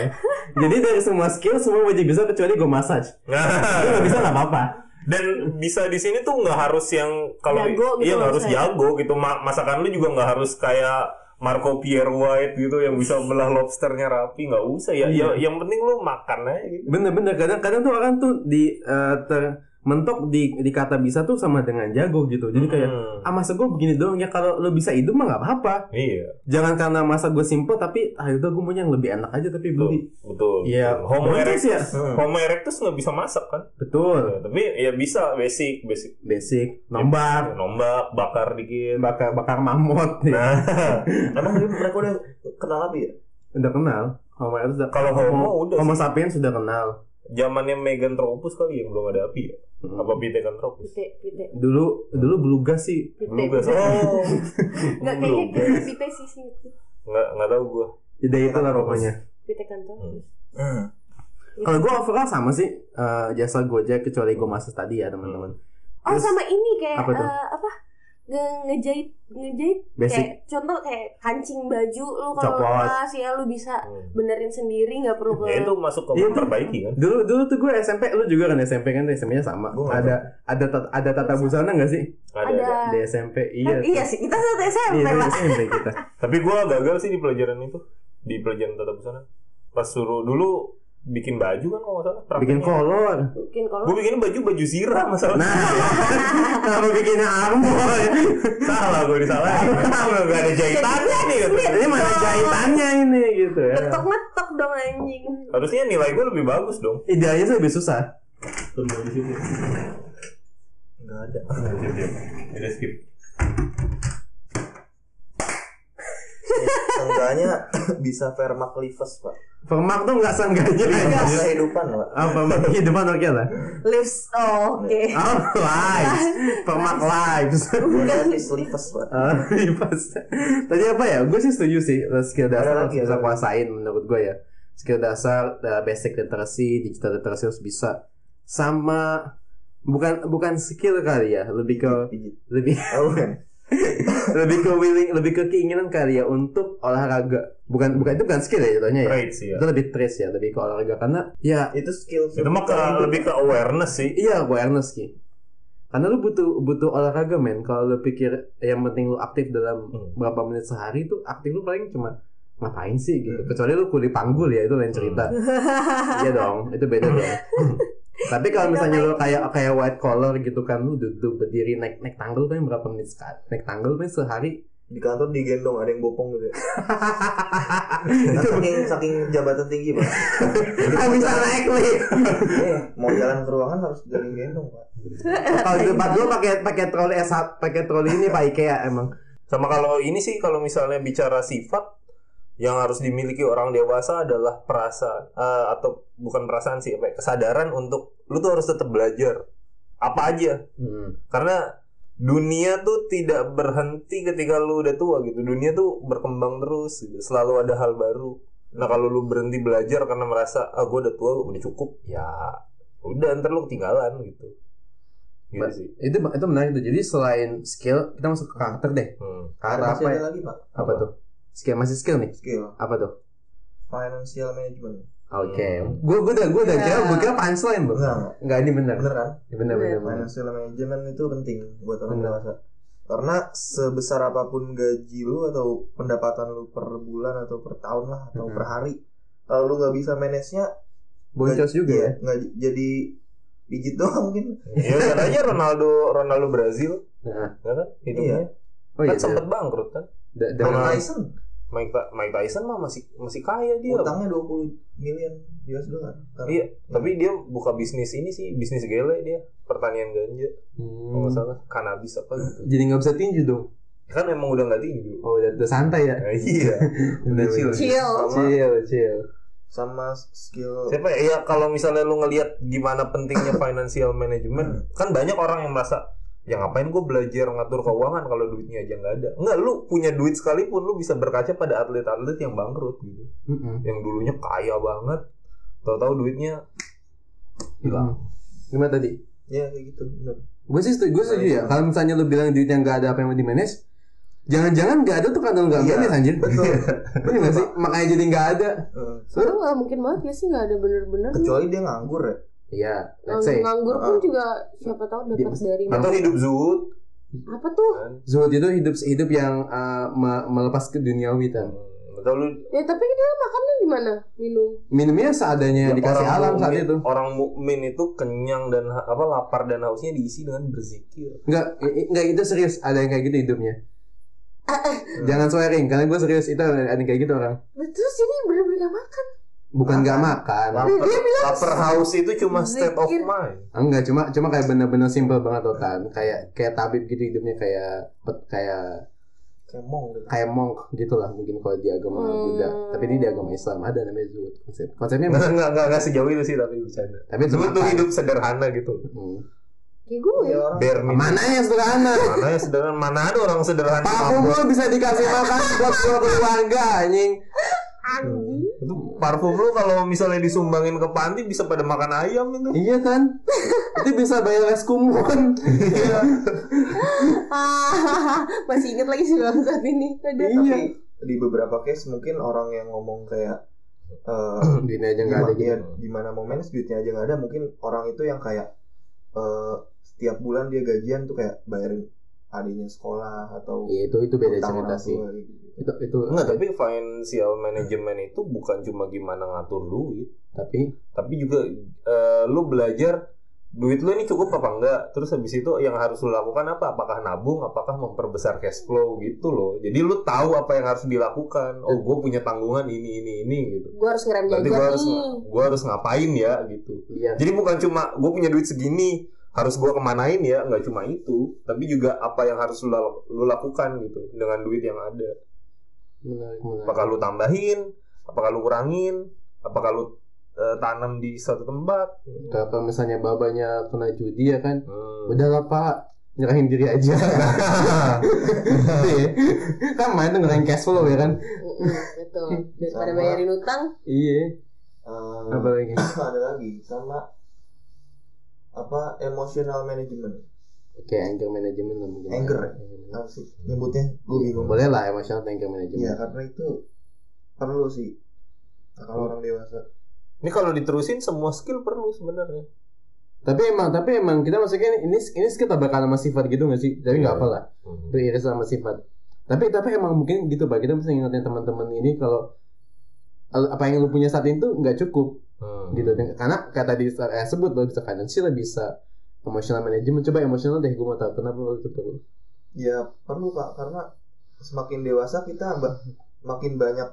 Speaker 3: Jadi dari semua skill semua wajib bisa kecuali gue massage. Lu
Speaker 1: Nah,
Speaker 3: nggak bisa nggak apa-apa.
Speaker 1: dan bisa di sini tuh nggak harus yang kalau
Speaker 2: Jago gitu
Speaker 1: iya nggak
Speaker 2: maksudnya.
Speaker 1: harus jago gitu. Ma- masakan lu juga nggak harus kayak Marco Pierre White gitu yang bisa belah lobsternya rapi nggak usah ya,
Speaker 3: Iya.
Speaker 1: ya- yang penting lu makan aja gitu.
Speaker 3: Bener-bener kadang-kadang tuh orang tuh di eh, ter- mentok di di kata bisa tuh sama dengan jago gitu. Jadi kayak
Speaker 1: Hmm.
Speaker 3: ah masa gue begini doang ya kalau lo bisa hidup mah nggak apa-apa.
Speaker 1: Iya,
Speaker 3: Jangan karena masa gue simple tapi akhirnya gue maunya yang lebih enak aja tapi
Speaker 1: betul.
Speaker 3: beli.
Speaker 1: Betul. Hmm.
Speaker 3: Iya,
Speaker 1: Homo
Speaker 3: beruntung
Speaker 1: erectus,
Speaker 3: sih ya.
Speaker 4: Hmm.
Speaker 3: Iya.
Speaker 1: Homo erectus nggak bisa masak kan?
Speaker 3: Betul,
Speaker 1: Ya, tapi ya bisa basic, basic Ya,
Speaker 3: basic, nombak,
Speaker 1: nombak, bakar dikit.
Speaker 3: bakar bakar mamut. <laughs> ya.
Speaker 1: Nah, <laughs>
Speaker 5: Emang dia mereka udah kenal apa ya?
Speaker 3: Udah kenal. Homo itu udah
Speaker 1: Kalau homo udah
Speaker 3: Homo sapiens sudah kenal.
Speaker 1: zamannya Meganthropus kali yang belum ada api ya.
Speaker 3: Hmm.
Speaker 1: Apa Pithecanthropus?
Speaker 2: Pite, pite,
Speaker 3: Dulu dulu beluga sih.
Speaker 2: pite.
Speaker 1: Belugas. Oh.
Speaker 2: <laughs> Nggak, gitu, kayaknya
Speaker 1: Belugas.
Speaker 2: kayaknya pite sih sih
Speaker 1: Nggak, nggak tahu gua.
Speaker 3: Ide
Speaker 1: Iya,
Speaker 3: itu lah pokoknya.
Speaker 2: pite kantor
Speaker 5: Hmm.
Speaker 3: Kalau gue overall sama sih eh, jasa Gojek kecuali gue masuk tadi ya teman-teman.
Speaker 2: oh
Speaker 1: Iya.
Speaker 3: Terus,
Speaker 2: sama ini kayak
Speaker 3: apa
Speaker 2: apa,
Speaker 3: tuh?
Speaker 2: apa? Nge- ngejahit ngejahit
Speaker 3: Basic.
Speaker 2: kayak contoh kayak kancing baju lu kalau
Speaker 3: Copot.
Speaker 2: lepas ya lu bisa
Speaker 1: Hmm.
Speaker 2: benerin sendiri nggak perlu ke
Speaker 1: Ya itu masuk ke
Speaker 3: Iya, itu-
Speaker 1: memperbaiki kan.
Speaker 3: Dulu dulu tuh gue SMP, lu juga kan SMP kan SMP-nya sama.
Speaker 5: Gua nggak
Speaker 3: ada ada tata, ada tata busana nggak sih
Speaker 1: Ada,
Speaker 2: ada,
Speaker 1: ada.
Speaker 3: di SMP?
Speaker 2: Kan
Speaker 3: Iya.
Speaker 2: iya sih kita satu SMP
Speaker 3: Iya,
Speaker 2: pak
Speaker 3: SMP
Speaker 5: <laughs>
Speaker 3: kita.
Speaker 1: Tapi gua gagal sih di pelajaran itu. Di pelajaran tata busana. Pas suruh dulu bikin baju kan kalau nggak salah.
Speaker 5: ya.
Speaker 3: Bikin
Speaker 1: prakteknya.
Speaker 3: kolor.
Speaker 2: mungkin kalau
Speaker 1: Gua bikin baju baju zira
Speaker 5: Oh.
Speaker 1: masalah.
Speaker 3: Nah, <laughs> kenapa bikin armor?
Speaker 1: salah gua <laughs> disalahin. Gak ada jahitannya nih. kata gua.
Speaker 3: Ini mana jahitannya ini gitu ya.
Speaker 2: ngetok ngetok dong anjing
Speaker 1: Harusnya nilai gua lebih bagus dong.
Speaker 3: Idealnya sih lebih susah.
Speaker 5: Tunggu di sini. Enggak ada.
Speaker 1: Udah skip.
Speaker 4: Seenggaknya bisa Vermac Livers, Pak.
Speaker 3: Permak tuh nggak sangganya
Speaker 2: Iya,
Speaker 4: Livers kehidupan, Pak.
Speaker 3: Apa kehidupan oke
Speaker 2: <laughs>
Speaker 3: lah
Speaker 6: Lives oh, oke.
Speaker 3: Oh lives Permak lives
Speaker 2: Iya.
Speaker 3: Iya.
Speaker 4: Gratis Livers, Pak.
Speaker 3: Ah, <laughs> pas. Tadi apa ya? Gue sih setuju sih skill
Speaker 4: Ada
Speaker 3: dasar harus
Speaker 4: lagi,
Speaker 3: bisa
Speaker 4: ada lagi.
Speaker 3: kuasain menurut gue ya. Skill dasar, eh, basic literacy, digital literacy harus bisa. Sama bukan bukan skill kali ya, lebih ke
Speaker 4: Pijit. <laughs>
Speaker 3: lebih
Speaker 4: Oh, bukan.
Speaker 3: lebih ke willing, lebih ke keinginan kali ya untuk olahraga. Bukan bukan itu bukan skill ya jatuhnya ya.
Speaker 1: Trade
Speaker 4: Iya.
Speaker 1: sih ya.
Speaker 3: Itu lebih trace ya, lebih ke olahraga karena ya
Speaker 4: Itu skill.
Speaker 1: Itu mah ke, lebih ke awareness sih.
Speaker 3: Iya, gue Ernest Ki. Karena lu butuh butuh olahraga men. Kalau lu pikir yang penting lu aktif dalam
Speaker 1: Hmm.
Speaker 3: berapa menit sehari tuh aktif lu paling cuma ngapain sih gitu. Kecuali lu kuli panggul ya itu lain cerita. <laughs> iya dong, itu beda dong. <laughs> Tapi kalau misalnya lu kayak kayak white collar gitu kan lu duduk berdiri naik naik tanggul paling berapa menit sekali? Naik tanggul paling sehari.
Speaker 4: Di kantor digendong ada yang bopong gitu. ya. Nah,
Speaker 3: itu
Speaker 4: saking saking jabatan tinggi, Pak.
Speaker 3: bukan <laughs> bisa naik lift.
Speaker 4: Eh, mau jalan ke ruangan harus dari gendong, Pak.
Speaker 3: Kalau di tempat gua pakai pakai troli S pakai troli ini Pak IKEA emang.
Speaker 1: Sama kalau ini sih kalau misalnya bicara sifat yang harus dimiliki orang dewasa adalah perasaan eh, atau bukan perasaan sih apa ya, kesadaran untuk lu tuh harus tetap belajar apa aja karena dunia tuh tidak berhenti ketika lu udah tua gitu dunia tuh berkembang terus gitu. selalu ada hal baru nah kalau lu berhenti belajar karena merasa ah gue udah tua udah cukup ya udah ntar lu ketinggalan gitu gitu
Speaker 3: Ba-
Speaker 1: sih
Speaker 3: itu itu menarik tuh jadi selain skill kita masuk ke karakter deh
Speaker 1: Hmm.
Speaker 3: karakter
Speaker 4: Ada
Speaker 3: apa
Speaker 4: masih
Speaker 3: ya?
Speaker 4: ada lagi, Pak.
Speaker 3: apa tuh skill masih skill nih
Speaker 4: Skill
Speaker 3: apa tuh Ah,
Speaker 4: financial management.
Speaker 3: oke
Speaker 1: Hmm.
Speaker 3: gue gue udah gue udah
Speaker 6: Ya.
Speaker 3: kira gue kira punchline loh
Speaker 4: Enggak, enggak.
Speaker 3: nggak ini Iya. bener
Speaker 4: Bener kan?
Speaker 3: Ini bener bener, bener.
Speaker 4: Financial management itu penting buat orang
Speaker 3: Bener.
Speaker 4: dewasa. Karena sebesar apapun gaji lu atau pendapatan lu per bulan atau per tahun lah atau
Speaker 3: Mhm.
Speaker 4: per hari, kalau lu nggak bisa manage-nya,
Speaker 3: boncos juga ya
Speaker 4: nggak j- jadi pijit <laughs> doang mungkin.
Speaker 1: ya lihat aja Ronaldo Ronaldo Brazil
Speaker 3: Nah.
Speaker 1: ya kan hidupnya
Speaker 3: oh iya
Speaker 1: kan sempet bangkrut kan
Speaker 3: da- da-
Speaker 4: Mike
Speaker 1: Dengan-
Speaker 4: Tyson
Speaker 1: Mike, Ta- Mike Tyson mah masih masih kaya dia
Speaker 4: utangnya 20 million US dollar. Karena-
Speaker 1: Iya. tapi dia buka bisnis ini sih bisnis gele dia pertanian ganja kalau nggak
Speaker 3: Hmm.
Speaker 1: salah kanabis apa gitu
Speaker 3: jadi nggak bisa tinju dong
Speaker 1: Ya kan emang udah nggak
Speaker 3: <laughs>
Speaker 1: tinju
Speaker 3: oh udah, udah santai ya
Speaker 1: Nah, iya
Speaker 3: Bener,
Speaker 1: chill.
Speaker 3: bener.
Speaker 6: Chill.
Speaker 4: Sama,
Speaker 3: chill chill
Speaker 4: sama skill
Speaker 1: siapa ya, ya kalau misalnya lu ngelihat gimana pentingnya financial
Speaker 3: Hmm.
Speaker 1: management kan banyak orang yang merasa ya ngapain gue belajar ngatur keuangan kalau duitnya aja nggak ada nggak lu punya duit sekalipun lu bisa berkaca pada atlet-atlet yang bangkrut gitu
Speaker 3: Mm-mm.
Speaker 1: yang dulunya kaya banget tahu-tahu duitnya
Speaker 3: hilang gimana tadi
Speaker 4: ya kayak gitu <laughs> bener.
Speaker 3: gue sih setuju, gue setuju ya kalau misalnya lu bilang duitnya nggak ada apa yang mau di manage jangan-jangan nggak ada tuh karena lu nggak
Speaker 4: Iya,
Speaker 3: manage <laughs> anjir
Speaker 4: betul. Hmm.
Speaker 3: Bener nggak sih makanya jadi nggak ada
Speaker 4: Heeh.
Speaker 2: Itu nggak mungkin banget ya sih nggak ada bener-bener
Speaker 4: kecuali dia nganggur ya
Speaker 3: iya
Speaker 2: Nganggur-
Speaker 3: let's say Ah.
Speaker 2: nganggur pun
Speaker 4: Uh-uh.
Speaker 2: juga siapa tahu dapat
Speaker 3: Dia- kan.
Speaker 2: dari
Speaker 1: atau
Speaker 2: mana.
Speaker 1: hidup zuhud
Speaker 2: apa tuh
Speaker 3: Zuhud itu hidup hidup yang eh, me- melepas ke duniawi kan.
Speaker 1: Hmm, atau lu
Speaker 2: ya tapi dia makannya gimana minum
Speaker 3: Minumnya seadanya yang dikasih
Speaker 1: orang gitu.
Speaker 3: alam saat
Speaker 1: mukmin-
Speaker 3: itu.
Speaker 1: Orang mukmin itu kenyang dan ha- apa lapar dan hausnya diisi dengan berzikir.
Speaker 3: Enggak i- i- enggak itu serius ada yang kayak gitu hidupnya. Eh,
Speaker 1: Hmm.
Speaker 3: Jangan swearing karena gue serius itu ada ada yang kayak gitu orang.
Speaker 2: Nah, terus ini bener-bener nggak makan
Speaker 3: Bukan
Speaker 1: Ah.
Speaker 3: nggak makan.
Speaker 1: Lapar, lapar haus itu cuma state
Speaker 2: Zikir.
Speaker 1: of mind. <laughs>
Speaker 3: Enggak cuma cuma kayak bener-bener simple banget loh kan. Kayak kayak tabib gitu hidupnya kayak pet- kayak
Speaker 4: kemong gitu
Speaker 3: kayak monk gitu lah mungkin kalau di agama
Speaker 2: Hmm.
Speaker 3: Buddha. Tapi ini di agama Islam ada namanya zuhud konsep. Konsepnya
Speaker 1: Enggak enggak enggak, enggak sejauh itu sih tapi bercanda.
Speaker 3: tapi itu
Speaker 1: Zuhud tuh
Speaker 3: makan.
Speaker 1: hidup sederhana gitu.
Speaker 3: Hmm.
Speaker 2: kayak gue
Speaker 3: Iya.
Speaker 4: ya orang
Speaker 1: Bare minimum.
Speaker 3: Mana yang sederhana?
Speaker 1: Mana ya sederhana? Mana ada orang sederhana?
Speaker 3: Pak
Speaker 1: Mabok.
Speaker 3: Kumpul bisa dikasih makan buat dua keluarga anjing.
Speaker 2: anjing <laughs>
Speaker 1: Itu parfum lu kalau misalnya disumbangin ke panti bisa pada makan ayam itu.
Speaker 3: Iya kan? Itu bisa bayar les kumon.
Speaker 6: Ah, masih inget lagi sih bang saat ini. Ada.
Speaker 3: iya.
Speaker 4: tapi di beberapa case mungkin orang yang ngomong kayak eh,
Speaker 3: <laughs> Gini aja nggak ada
Speaker 4: gimana,
Speaker 3: gitu.
Speaker 4: ya, gimana mau manage duitnya aja nggak ada mungkin orang itu yang kayak eh, setiap bulan dia gajian tuh kayak bayarin adiknya sekolah atau
Speaker 3: Iya itu itu beda
Speaker 4: utang
Speaker 3: cerita
Speaker 4: orang
Speaker 3: sih.
Speaker 4: tua gitu.
Speaker 3: Itu itu
Speaker 1: Enggak, tapi financial management itu bukan cuma gimana ngatur duit.
Speaker 3: tapi
Speaker 1: tapi juga eh, lu belajar duit lu ini cukup apa enggak terus habis itu yang harus lu lakukan apa apakah nabung apakah memperbesar cash flow gitu loh jadi lu tahu apa yang harus dilakukan oh gue punya tanggungan ini ini ini gitu
Speaker 2: gue harus ngerem jajan
Speaker 1: berarti gue harus
Speaker 2: nih
Speaker 1: gue harus ngapain ya gitu
Speaker 3: iya.
Speaker 1: jadi bukan cuma gue punya duit segini harus gue kemanain ya nggak cuma itu tapi juga apa yang harus lu, lu lakukan gitu dengan duit yang ada
Speaker 3: menarik menarik
Speaker 1: apakah lu tambahin apakah lu kurangin apakah lu eh, tanam di satu tempat
Speaker 3: kalau misalnya babanya kena judi ya kan
Speaker 1: Hmm.
Speaker 3: udahlah pak nyerahin diri <laughs> aja Gitu ya. kan main tuh ngerahin cash flow ya kan
Speaker 2: Mm-mm,
Speaker 3: <laughs>
Speaker 2: betul daripada
Speaker 4: Sama.
Speaker 2: bayarin utang
Speaker 3: iya
Speaker 4: Eh,
Speaker 3: apa lagi
Speaker 4: <clears throat> ada lagi sama apa emotional management
Speaker 3: oke anger management lah mungkin
Speaker 4: Anger.
Speaker 3: management.
Speaker 4: apa sih nyebutnya gue
Speaker 3: Iya,
Speaker 4: bingung
Speaker 3: boleh lah emotional anger management
Speaker 4: Iya karena itu perlu sih
Speaker 3: Hmm.
Speaker 4: Nah, kalau orang dewasa
Speaker 1: ini kalau diterusin semua skill perlu sebenarnya
Speaker 3: tapi emang tapi emang kita maksudnya kan ini ini kita bakal sama sifat gitu gak sih tapi
Speaker 1: Iya.
Speaker 3: nggak apa lah beriris sama sifat tapi tapi emang mungkin gitu pak kita mesti ngingetin teman-teman ini kalau apa yang lu punya saat itu nggak cukup
Speaker 1: Hmm.
Speaker 3: gitu Dan- karena kayak tadi saya sebut lo bisa financial bisa emotional management coba emotional deh gue mau tahu kenapa lo itu perlu
Speaker 4: ya perlu kak karena semakin dewasa kita ba- makin banyak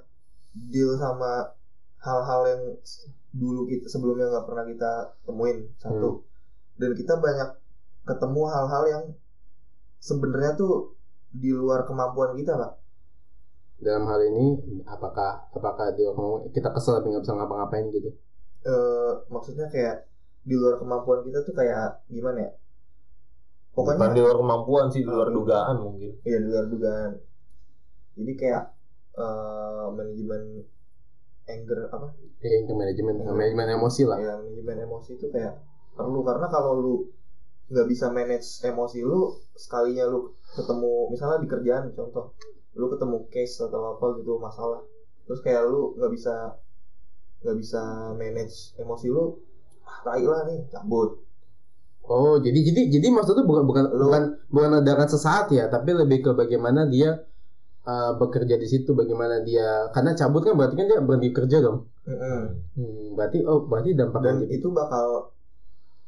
Speaker 4: deal sama hal-hal yang s- dulu kita sebelumnya nggak pernah kita temuin satu dan kita banyak ketemu hal-hal yang sebenarnya tuh di luar kemampuan kita kak
Speaker 3: dalam hal ini apakah apakah dia mau kita kesel tapi nggak bisa ngapa-ngapain gitu
Speaker 4: Eh, maksudnya kayak di luar kemampuan kita tuh kayak gimana ya
Speaker 1: Bukan
Speaker 4: pokoknya
Speaker 1: di luar kemampuan sih, di luar
Speaker 4: Hmm.
Speaker 1: dugaan mungkin.
Speaker 4: Iya di luar dugaan. Jadi kayak eh, manajemen anger apa?
Speaker 3: eh ke manajemen manajemen emosi lah
Speaker 4: Ya manajemen emosi itu kayak perlu karena kalau lu nggak bisa manage emosi lu sekalinya lu ketemu misalnya di kerjaan contoh lu ketemu case atau apa gitu masalah terus kayak lu nggak bisa nggak bisa manage emosi lu ah tai lah nih cabut
Speaker 3: oh jadi jadi jadi maksudnya bukan bukan
Speaker 4: Lu-
Speaker 3: bukan bukan ledakan sesaat ya tapi lebih ke bagaimana dia uh, bekerja di situ bagaimana dia karena cabut kan berarti kan dia berhenti kerja dong
Speaker 4: Mm-mm.
Speaker 3: hmm, berarti oh berarti dampaknya
Speaker 4: dan
Speaker 3: jadi-
Speaker 4: itu bakal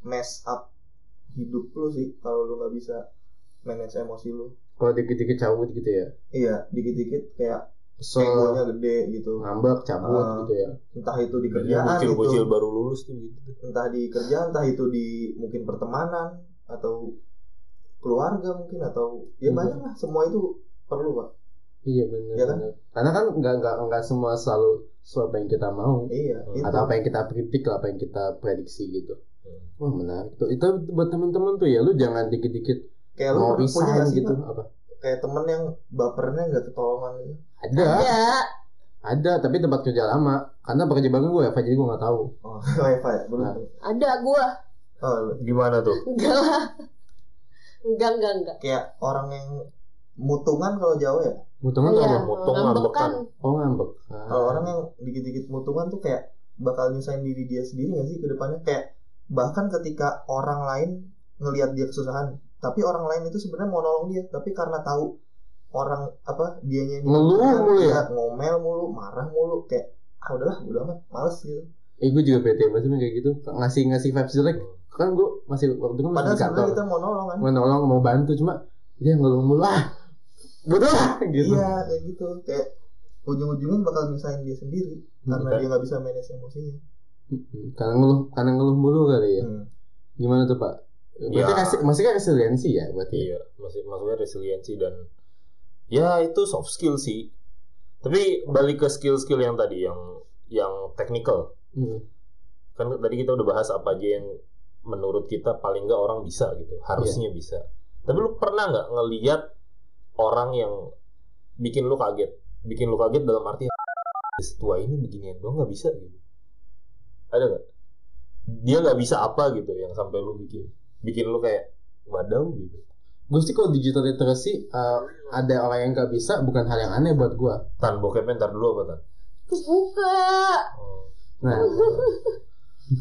Speaker 4: mess up hidup lu sih kalau lu nggak bisa manage emosi lu
Speaker 3: kalau dikit-dikit cabut gitu ya
Speaker 4: iya dikit-dikit kayak
Speaker 3: so nah,
Speaker 4: egonya gede gitu
Speaker 3: ngambek cabut
Speaker 4: Ah.
Speaker 3: gitu ya
Speaker 4: entah itu di
Speaker 1: Biasanya
Speaker 4: kerjaan
Speaker 1: bocil-bocil
Speaker 4: itu
Speaker 1: baru lulus tuh gitu.
Speaker 4: entah di kerjaan entah itu di mungkin pertemanan atau keluarga mungkin atau ya
Speaker 3: Hmm.
Speaker 4: banyak lah semua itu perlu pak
Speaker 3: Iya benar.
Speaker 4: Ya kan?
Speaker 3: benar. Karena kan nggak nggak nggak semua selalu sesuai apa yang kita mau
Speaker 4: iya
Speaker 1: Hmm.
Speaker 4: itu
Speaker 3: atau apa yang kita kritik lah, apa yang kita prediksi gitu.
Speaker 1: Hmm.
Speaker 3: Wah menarik tuh. Itu buat teman-teman tuh ya lu jangan dikit-dikit
Speaker 4: kayak Ya, lu
Speaker 3: mau
Speaker 4: pernah punya nggak
Speaker 3: resign
Speaker 4: sih,
Speaker 3: gitu
Speaker 4: Pak?
Speaker 3: apa?
Speaker 4: kayak temen yang bapernya nggak ketolongan gitu
Speaker 3: Ada, ada tapi tempat kerja lama. Karena pekerja baru gue apa jadi gue nggak tahu.
Speaker 4: oh <laughs> wifi ya belum
Speaker 3: Nah.
Speaker 2: ada gua
Speaker 4: oh, lu-
Speaker 1: Gimana tuh?
Speaker 2: enggak lah enggak enggak enggak
Speaker 4: kayak orang yang mutungan kalau Jawa ya
Speaker 3: Mutungan tuh
Speaker 2: Iya,
Speaker 3: apa?
Speaker 1: motong
Speaker 2: ngambekan.
Speaker 3: Oh ngambek. Ah.
Speaker 4: kalau orang yang dikit-dikit mutungan tuh kayak bakal nyusahin diri dia sendiri gak sih ke depannya kayak bahkan ketika orang lain ngelihat dia kesusahan tapi orang lain itu sebenarnya mau nolong dia tapi karena tahu orang apa dianya ini
Speaker 3: Ngeluh
Speaker 4: kesusahan,
Speaker 3: mulu ya?
Speaker 4: dia ngomel mulu marah mulu kayak ah udahlah udah amat males gitu
Speaker 3: Eh gue juga bete banget sama kayak gitu. Ngasih ngasih vibes jelek. Kan gue masih waktu itu kan masih
Speaker 4: padahal
Speaker 3: di kantor.
Speaker 4: sebenarnya kita mau nolong kan
Speaker 3: Mau nolong mau bantu cuma dia ngeluh mulu ah. Bodoh lah gitu.
Speaker 4: iya kayak gitu kayak ujung-ujungnya bakal nyusahin dia sendiri
Speaker 3: Hmm,
Speaker 4: karena
Speaker 1: Kita-
Speaker 4: dia nggak bisa manage emosinya
Speaker 3: Mm-mm. Karena ngeluh, karena ngeluh mulu kali ya.
Speaker 4: Hmm.
Speaker 3: Gimana tuh Pak? Berarti
Speaker 4: Iya.
Speaker 1: Ya.
Speaker 3: resi- maksudnya resiliensi ya berarti.
Speaker 1: Iya, masih maksudnya resiliensi dan ya itu soft skill sih. Tapi balik ke skill-skill yang tadi yang yang technical.
Speaker 3: Hmm.
Speaker 1: Kan tadi kita udah bahas apa aja yang menurut kita paling nggak orang bisa gitu, harusnya
Speaker 3: Iya.
Speaker 1: bisa. Tapi lu pernah nggak ngeliat orang yang bikin lu kaget, bikin lu kaget dalam arti setua ini beginian doang nggak bisa gitu. Ada nggak? Dia nggak bisa apa gitu yang sampai lu bikin bikin lu kayak wadau gitu.
Speaker 3: Gue sih kalau digital literacy eh, ada orang yang gak bisa bukan hal yang aneh buat gue.
Speaker 1: Tan bokepnya ntar dulu apa Tan?
Speaker 2: buka
Speaker 3: Nah,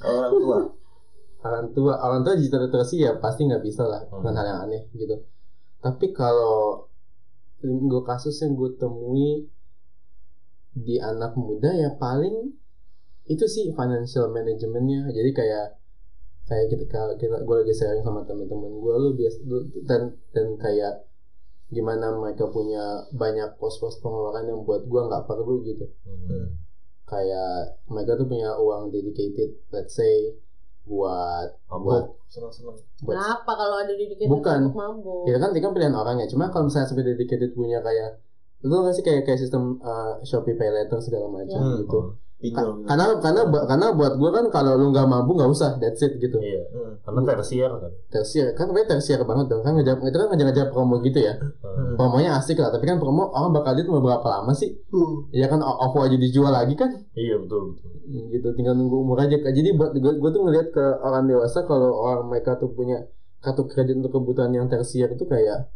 Speaker 4: orang tua
Speaker 3: orang tua orang tua digital literacy ya pasti nggak bisa lah
Speaker 1: Hmm.
Speaker 3: bukan hal yang aneh gitu. Tapi kalau gue kasus yang gue temui di anak muda ya paling itu sih financial managementnya jadi kayak kayak ketika kita gue lagi sharing sama teman-teman gue lu bias lu- dan dan kayak gimana mereka punya banyak pos-pos pengeluaran yang buat gue nggak perlu gitu
Speaker 1: Hmm.
Speaker 3: <laughs> kayak mereka tuh punya uang dedicated let's say buat buat
Speaker 4: senang-senang
Speaker 3: buat
Speaker 2: kenapa kalau ada didikin
Speaker 3: Bukan.
Speaker 2: mabuk
Speaker 3: Iya Ya kan, itu kan pilihan orang ya. Cuma kalau misalnya sampai dedicated punya kayak itu nggak sih kayak kayak sistem eh, Shopee Pay Later segala macam
Speaker 4: Hmm.
Speaker 3: gitu.
Speaker 4: pinjol
Speaker 3: Ka- karena karena bu- karena buat gue kan kalau lu nggak mampu nggak usah that's it gitu.
Speaker 1: Iya.
Speaker 4: Hmm.
Speaker 1: Karena tersier kan.
Speaker 3: Tersier kan gue tersier banget dong kan ngejar itu kan ngejar-ngejar promo gitu ya.
Speaker 4: Hmm.
Speaker 3: Promonya asik lah tapi kan promo orang bakal duit mau berapa lama sih?
Speaker 4: Hmm.
Speaker 3: Ya kan o- OVO aja dijual lagi kan
Speaker 1: Iya betul betul.
Speaker 3: Hmm, gitu tinggal nunggu umur aja. Jadi buat gue, gue tuh ngelihat ke orang dewasa kalau orang mereka tuh punya kartu kredit untuk kebutuhan yang tersier itu kayak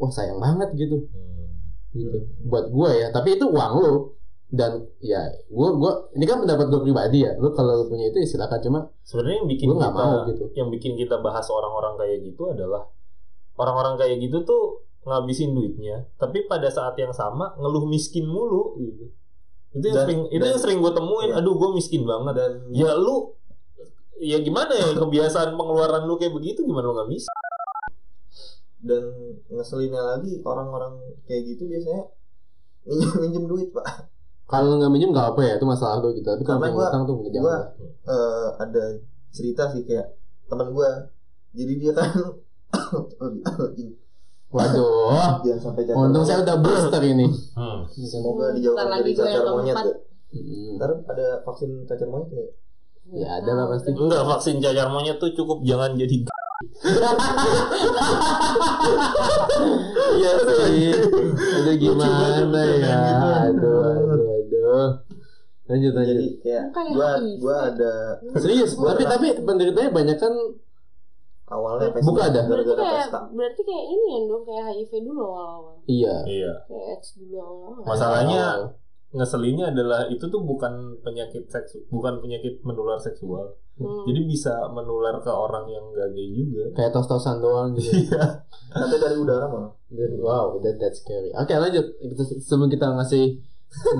Speaker 3: wah sayang banget gitu.
Speaker 1: Hmm.
Speaker 4: Hmm.
Speaker 3: gitu buat gue ya tapi itu uang lo dan ya gue gue ini kan pendapat gue pribadi ya lo kalau lo punya itu ya silakan cuma
Speaker 1: Sebenarnya yang bikin
Speaker 3: gue nggak
Speaker 1: kita
Speaker 3: mau gitu
Speaker 1: yang bikin kita bahas orang-orang kayak gitu adalah orang-orang kayak gitu tuh ngabisin duitnya, tapi pada saat yang sama ngeluh miskin mulu gitu. Itu yang
Speaker 4: Dan-
Speaker 1: sering itu
Speaker 4: dan-
Speaker 1: yang sering gue temuin.
Speaker 4: Iya.
Speaker 1: Aduh, gue miskin banget.
Speaker 4: dan
Speaker 1: Ya lu ya gimana ya kebiasaan pengeluaran lu kayak begitu gimana lu nggak bisa?
Speaker 4: dan ngeselinnya lagi orang-orang kayak gitu biasanya minjem <laughs> minjem duit pak
Speaker 3: kalau lo nggak minjem nggak apa ya itu masalah lo gitu tapi kalau
Speaker 4: Karena
Speaker 3: punya
Speaker 4: gua-
Speaker 3: utang tuh nggak
Speaker 4: gua-
Speaker 3: jangan
Speaker 4: Eh, ada cerita sih kayak teman gua jadi dia kan <coughs>
Speaker 3: waduh
Speaker 4: <laughs> jangan sampai jatuh
Speaker 3: untung saya udah booster ini
Speaker 1: Hmm.
Speaker 4: semoga
Speaker 7: Hmm,
Speaker 4: dijauhkan
Speaker 7: ntar
Speaker 4: dari
Speaker 7: lagi gua yang
Speaker 4: cacar monyet
Speaker 7: keempat.
Speaker 4: ya.
Speaker 3: Mm.
Speaker 4: ntar ada vaksin cacar monyet nggak ya?
Speaker 3: ya ada lah pasti
Speaker 1: Enggak, vaksin cacar monyet tuh cukup jangan jadi g-
Speaker 3: iya sih udah
Speaker 4: coba
Speaker 3: gimana ya
Speaker 4: gitu.
Speaker 3: aduh aduh aduh lanjut
Speaker 4: jadi
Speaker 3: lanjut
Speaker 4: kayak
Speaker 2: ya,
Speaker 7: Kayak
Speaker 4: gua
Speaker 7: HIV.
Speaker 4: gua ada
Speaker 3: serius
Speaker 4: Gua-
Speaker 3: tapi tapi penderitanya banyak kan
Speaker 4: awalnya
Speaker 3: Buka
Speaker 2: Iya,
Speaker 3: ada?
Speaker 2: berarti
Speaker 7: ya?
Speaker 4: gara-gara
Speaker 2: kayak
Speaker 4: pesta
Speaker 2: berarti kayak ini ya dong kayak HIV dulu awal-awal
Speaker 3: iya
Speaker 1: Iya.
Speaker 2: kayak AIDS dulu awal-awal
Speaker 4: Nah,
Speaker 1: Masalahnya ngeselinnya adalah itu tuh bukan penyakit seksual, bukan penyakit menular seksual.
Speaker 2: Hmm.
Speaker 1: Jadi bisa menular ke orang yang gak gay juga.
Speaker 3: kayak tos-tosan doang gitu
Speaker 4: tapi dari udara malah
Speaker 3: Dude, wow, that that's scary. Oke, lanjut. Kita, sebelum kita ngasih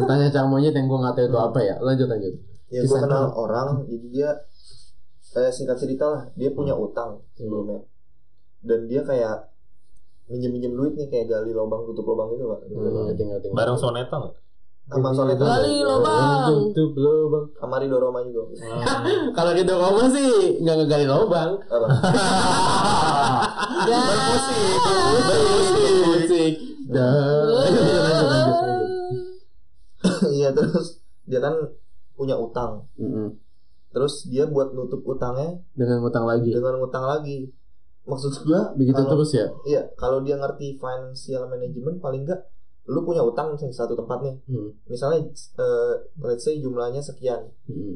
Speaker 3: tentang cang monyet yang gue nggak tahu itu apa ya. Lanjut lanjut.
Speaker 4: ya gue
Speaker 3: Kisah
Speaker 4: kenal orang jadi dia eh, singkat cerita lah dia punya utang sebelumnya dan dia kayak minjem minjem duit nih kayak gali lubang tutup lubang gitu pak
Speaker 3: Hmm, Iya, ngerti, ngerti, ngerti.
Speaker 1: Barang soneta nggak?
Speaker 4: sama soalnya tuh
Speaker 7: Gali lubang.
Speaker 3: Tutup lubang.
Speaker 4: sama Rido Roma juga
Speaker 3: Kalau kita Roma sih nggak ngegali lubang.
Speaker 4: apa Ah.
Speaker 3: Ya.
Speaker 1: Bermusik,
Speaker 3: Bermusik. Dah. Lanjut, lanjut, lanjut, lanjut.
Speaker 4: iya terus dia kan punya utang
Speaker 3: Mm-mm.
Speaker 4: terus dia buat nutup utangnya
Speaker 3: Dengan ngutang lagi.
Speaker 4: dengan utang lagi maksud gua
Speaker 3: Begitu
Speaker 4: kalau-
Speaker 3: terus ya.
Speaker 4: Iya, kalau dia ngerti financial management paling enggak lu punya utang di satu tempat nih.
Speaker 3: Hmm.
Speaker 4: Misalnya eh, let's say jumlahnya sekian.
Speaker 3: Mm-mm.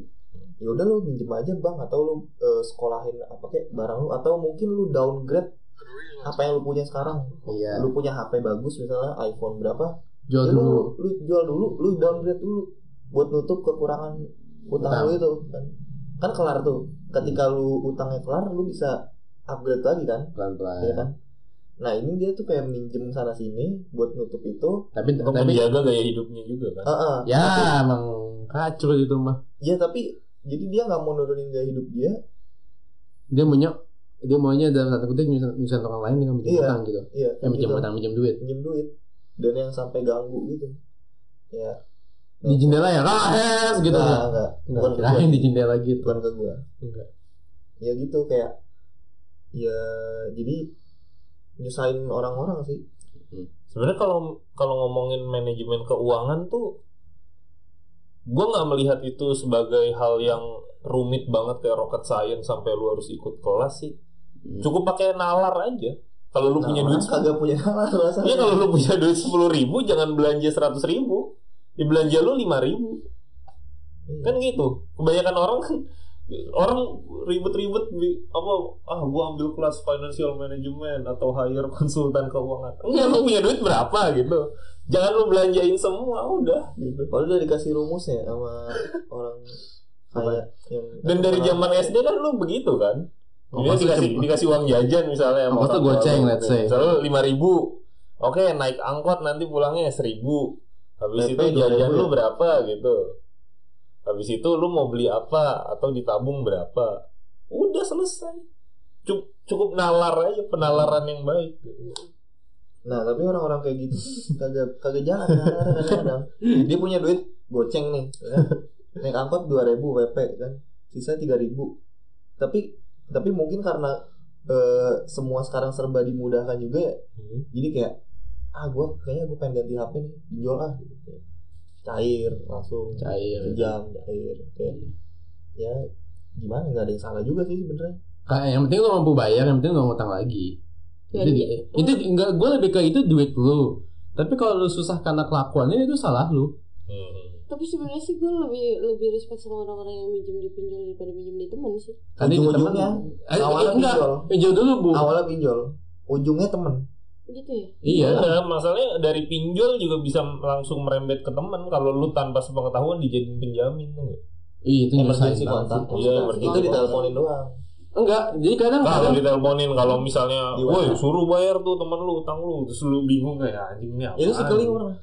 Speaker 4: Ya udah lu minjem aja bank atau lu eh, sekolahin apa kayak barang lu atau mungkin lu downgrade apa yang lu punya sekarang.
Speaker 3: Iya.
Speaker 4: Lu punya HP bagus misalnya iPhone berapa?
Speaker 3: Jual
Speaker 4: ya
Speaker 3: dulu.
Speaker 4: lu, lu jual dulu, lu downgrade dulu buat nutup kekurangan utang
Speaker 3: Utang.
Speaker 4: lu itu kan. Kan kelar tuh. Ketika lu utangnya kelar lu bisa upgrade lagi kan? Iya
Speaker 3: Pelan-pelan.
Speaker 4: kan? Nah ini dia tuh kayak minjem sana sini buat nutup itu.
Speaker 3: Tapi
Speaker 1: Untuk
Speaker 3: tapi
Speaker 1: menjaga gaya hidupnya juga kan.
Speaker 4: Heeh.
Speaker 3: ya emang kacau itu mah.
Speaker 4: Ya tapi jadi dia nggak mau nurunin gaya hidup dia.
Speaker 3: dia maunya dia maunya dalam tanda kutip nyusahin nyusahin orang lain dengan minjem
Speaker 4: Iya.
Speaker 3: utang gitu
Speaker 4: Iya.
Speaker 3: eh minjem
Speaker 4: gitu.
Speaker 3: utang minjem duit
Speaker 4: Minjem duit. Dan yang sampai ganggu gitu. Ya.
Speaker 3: di jendela ya rahes gitu
Speaker 1: kan?
Speaker 4: Nggak,
Speaker 3: nah, nah,
Speaker 4: nggak. Iya. Bukan ke
Speaker 3: kirain
Speaker 4: gua.
Speaker 3: di jendela gitu
Speaker 4: Bukan ke gua.
Speaker 3: Enggak.
Speaker 4: Ya gitu kayak. Ya jadi nyusahin orang-orang sih.
Speaker 1: Sebenarnya kalau kalau ngomongin manajemen keuangan tuh, gue nggak melihat itu sebagai hal yang rumit banget kayak rocket science sampai lu harus ikut kelas sih. Cukup pakai nalar aja. Kalau lu
Speaker 4: Nah,
Speaker 1: punya
Speaker 4: orang
Speaker 1: duit,
Speaker 4: kagak punya <laughs> nalar rasanya.
Speaker 1: iya kalau lu punya duit sepuluh ribu, jangan belanja seratus ribu. Ya belanja lu lima ribu. kan gitu kebanyakan orang kan orang ribet-ribet bi- apa ah gua ambil kelas financial management atau hire konsultan keuangan enggak lu punya duit berapa gitu jangan lu belanjain semua udah
Speaker 4: Gitu. Kalau udah dikasih rumus ya sama orang kayak yang
Speaker 1: dan
Speaker 4: Nah.
Speaker 1: dari zaman SD kan lu begitu kan
Speaker 4: Iya,
Speaker 1: Jadi
Speaker 3: Ongkosnya
Speaker 1: dikasih
Speaker 3: cuma-
Speaker 1: dikasih uang jajan misalnya sama
Speaker 3: Ongkos tuh
Speaker 1: orang tua
Speaker 3: goceng,
Speaker 1: lu.
Speaker 3: let's say.
Speaker 1: misalnya lima ribu oke naik angkot nanti pulangnya seribu habis
Speaker 4: Naik
Speaker 1: itu
Speaker 4: tuh dua
Speaker 1: jajan
Speaker 4: ribu
Speaker 1: lu
Speaker 4: ya?
Speaker 1: berapa gitu habis itu lu mau beli apa atau ditabung berapa udah selesai Cuk- cukup nalar aja penalaran yang baik
Speaker 4: Nah tapi orang-orang kayak gitu <laughs> tuh kagak kagak
Speaker 1: <laughs>
Speaker 4: jalan kadang-kadang. Dia punya duit goceng nih, ya kan? naik angkot dua ribu WP kan, sisa tiga ribu. Tapi tapi
Speaker 3: "Hmm,
Speaker 4: mungkin karena eh, semua sekarang serba dimudahkan juga ya, jadi kayak ah gue kayaknya gue pengen ganti HP nih pinjol ah gitu cair langsung
Speaker 3: cair
Speaker 4: sejam cair kayak ya gimana nggak ada yang salah juga sih sebenarnya
Speaker 3: Kayak yang penting lo mampu bayar yang penting lo nggak ngutang lagi
Speaker 2: Ya,
Speaker 3: itu,
Speaker 2: iya.
Speaker 3: itu enggak gue lebih ke itu duit lo tapi kalau lo susah karena kelakuannya itu salah lo
Speaker 2: tapi sebenarnya sih gue lebih lebih respect sama orang-orang yang minjem di pinjol daripada minjem di temen sih
Speaker 3: Tadi itu temen-
Speaker 4: ujung-ujungnya
Speaker 3: Eh,
Speaker 4: awalnya
Speaker 3: eh, enggak
Speaker 4: pinjol
Speaker 3: pinjol dulu bu
Speaker 4: awalnya pinjol ujungnya temen
Speaker 2: gitu ya
Speaker 3: iya
Speaker 1: Nah, masalahnya dari pinjol juga bisa langsung merembet ke teman kalau lu tanpa sepengetahuan dijadiin penjamin tuh. nggak?
Speaker 3: iya itu nyusahin
Speaker 4: emergency
Speaker 3: banget
Speaker 4: kontak
Speaker 1: Iya,
Speaker 3: sih.
Speaker 4: itu
Speaker 1: emergency
Speaker 4: diteleponin doang
Speaker 3: enggak jadi kadang
Speaker 1: Kalau
Speaker 3: kadang
Speaker 1: diteleponin kalau misalnya,
Speaker 4: Di
Speaker 1: woi
Speaker 4: WhatsApp.
Speaker 1: suruh bayar tuh temen lu utang lu, terus lu bingung kayak "Ah, anjing ini apa?
Speaker 4: itu si keling pernah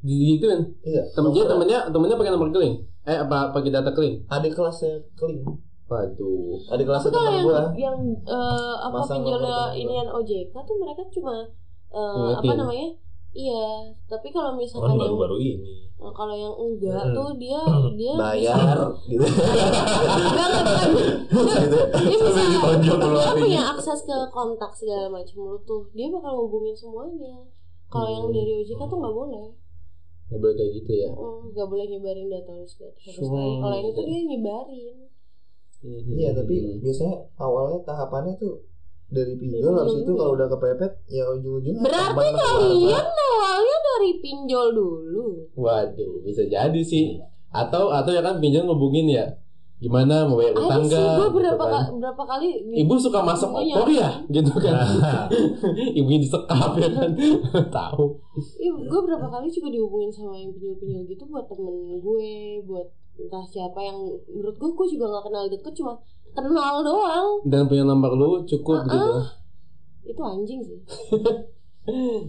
Speaker 3: di gitu kan
Speaker 4: iya
Speaker 3: temennya temennya temennya pakai nomor keling eh apa pakai data keling
Speaker 4: ada kelasnya keling <laughs>
Speaker 3: waduh
Speaker 4: ada
Speaker 2: aku
Speaker 4: kelasnya
Speaker 2: tuh
Speaker 4: temen
Speaker 2: yang
Speaker 4: gue
Speaker 2: yang eh, apa
Speaker 4: Masang
Speaker 2: pinjolnya
Speaker 4: nomor temen
Speaker 2: inian OJK tuh mereka cuma eh, apa
Speaker 3: Ngingetin.
Speaker 2: namanya iya tapi kalau
Speaker 1: Kan
Speaker 2: misalkan yang eh,
Speaker 1: baru-baru ini.
Speaker 2: kalau yang enggak
Speaker 1: Hmm.
Speaker 2: tuh
Speaker 4: <clears throat>
Speaker 2: dia dia
Speaker 4: bayar gitu
Speaker 2: enggak enggak bukan.
Speaker 4: gitu
Speaker 2: dia bisa
Speaker 1: Sampai ditonjol dulu
Speaker 2: dia
Speaker 1: hari.
Speaker 2: punya Iya. akses ke kontak segala macam lu tuh dia bakal ngubungin semuanya kalau yang
Speaker 3: Hmm.
Speaker 2: dari OJK tuh nggak boleh
Speaker 3: nggak boleh kayak gitu ya
Speaker 2: Mm, nggak boleh nyebarin data lu segala harus
Speaker 3: Sumpah.
Speaker 2: lain. kalau yang itu dia nyebarin
Speaker 4: iya
Speaker 3: Hmm.
Speaker 4: tapi biasanya awalnya tahapannya tuh dari pinjol habis itu kalau udah kepepet ya ujung-ujungnya
Speaker 2: berarti ya?
Speaker 4: tambah masalah.
Speaker 2: kalian Iya, awalnya dari pinjol dulu
Speaker 3: Waduh, bisa jadi sih. Atau atau ya kan pinjam ngubungin ya. Gimana mau bayar
Speaker 2: ada
Speaker 3: utang
Speaker 2: sih
Speaker 3: nggak?
Speaker 2: gua
Speaker 3: gitu
Speaker 2: berapa
Speaker 3: kan.
Speaker 2: ka- berapa kali Iya.
Speaker 3: Ibu suka masak
Speaker 2: Tentunya.
Speaker 3: opor ya, gitu kan. <laughs> Ibu yang disekap ya kan. <laughs> Tahu.
Speaker 2: gue Iya, berapa kali juga dihubungin sama yang pinjol-pinjol gitu buat temen gue buat entah siapa yang menurut gue gue juga nggak kenal deket cuma kenal doang
Speaker 3: Dan punya nomor lu
Speaker 2: Ah,
Speaker 3: cukup gitu.
Speaker 2: itu anjing sih
Speaker 3: <gasps>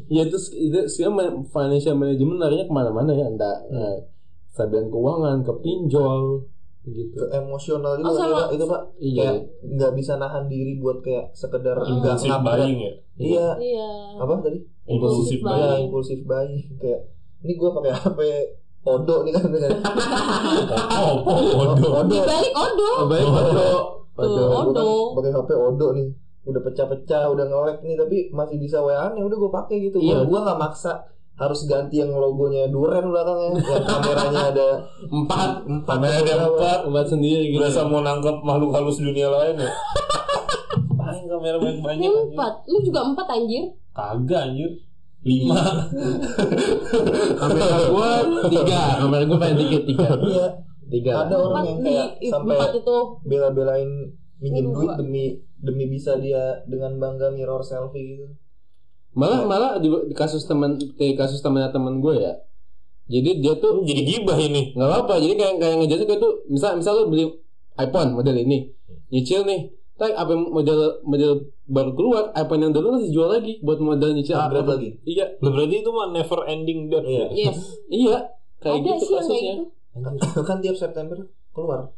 Speaker 3: Ya terus itu sekarang man- financial management larinya kemana-mana ya anda eh, stabilan keuangan ke pinjol
Speaker 4: Ke
Speaker 3: gitu.
Speaker 4: emosional gitu
Speaker 2: Oh,
Speaker 4: kan,
Speaker 2: sama-
Speaker 4: Pak. itu pak kayak
Speaker 3: Iya.
Speaker 4: nggak bisa nahan diri buat kayak sekedar nggak
Speaker 1: Impulsif
Speaker 4: ngapain
Speaker 1: buying ya.
Speaker 4: iya
Speaker 2: iya
Speaker 4: apa tadi
Speaker 1: Impulsif
Speaker 2: Impulsif
Speaker 1: buying.
Speaker 4: ya
Speaker 2: Buying.
Speaker 4: impulsif buying kayak ini gue pakai HP Odo nih kan <laughs>
Speaker 1: Oh,
Speaker 4: Odo
Speaker 1: bodoh.
Speaker 4: Odo
Speaker 2: dibalik odo
Speaker 3: Oh, baik, Odo. Odo.
Speaker 2: Tuh.
Speaker 4: Gua kan
Speaker 2: Odo.
Speaker 4: pakai HP Odo nih udah pecah-pecah udah ngelek nih tapi masih bisa wa nih udah gue pakai gitu
Speaker 3: Iya.
Speaker 4: Gua gue nggak maksa harus ganti yang logonya Duren belakangnya
Speaker 1: <laughs>
Speaker 4: yang kameranya ada
Speaker 3: Empat.
Speaker 4: empat
Speaker 1: Karena ada empat
Speaker 3: Empat sendiri gitu.
Speaker 1: berasa mau nangkep makhluk halus dunia lain ya. Paling kamera banyak-banyak. anjing.
Speaker 2: empat lu juga empat anjir
Speaker 1: Kagak anjir. Lima.
Speaker 3: Kamera gua
Speaker 1: <laughs>
Speaker 3: tiga. Kamera gua pengen dikit tiga.
Speaker 4: iya
Speaker 1: Ya.
Speaker 3: Tiga. lah.
Speaker 4: ada orang
Speaker 2: empat
Speaker 4: yang
Speaker 2: di
Speaker 4: kayak sampai
Speaker 2: empat itu
Speaker 4: bela-belain minjem
Speaker 2: Minum
Speaker 4: duit
Speaker 2: gua.
Speaker 4: demi demi bisa dia dengan bangga mirror selfie gitu
Speaker 3: malah malah di, di kasus teman di kasus teman teman gue ya jadi dia tuh
Speaker 1: Jadi gibah ya? ini.
Speaker 3: nggak apa jadi kayak kayak ngejelasin kayak tuh misal misal lu beli iPhone model ini nyicil nih tapi apa yang model model baru keluar iPhone yang dulu masih jual lagi buat model nyicil
Speaker 4: upgrade
Speaker 3: apa-
Speaker 4: lagi
Speaker 3: iya
Speaker 1: Lah, berarti itu mah never ending debt.
Speaker 4: Iya.
Speaker 2: yes
Speaker 3: iya kayak
Speaker 2: ada
Speaker 3: gitu
Speaker 2: sih yang kayak
Speaker 3: kasusnya
Speaker 2: gitu
Speaker 4: kan tiap September keluar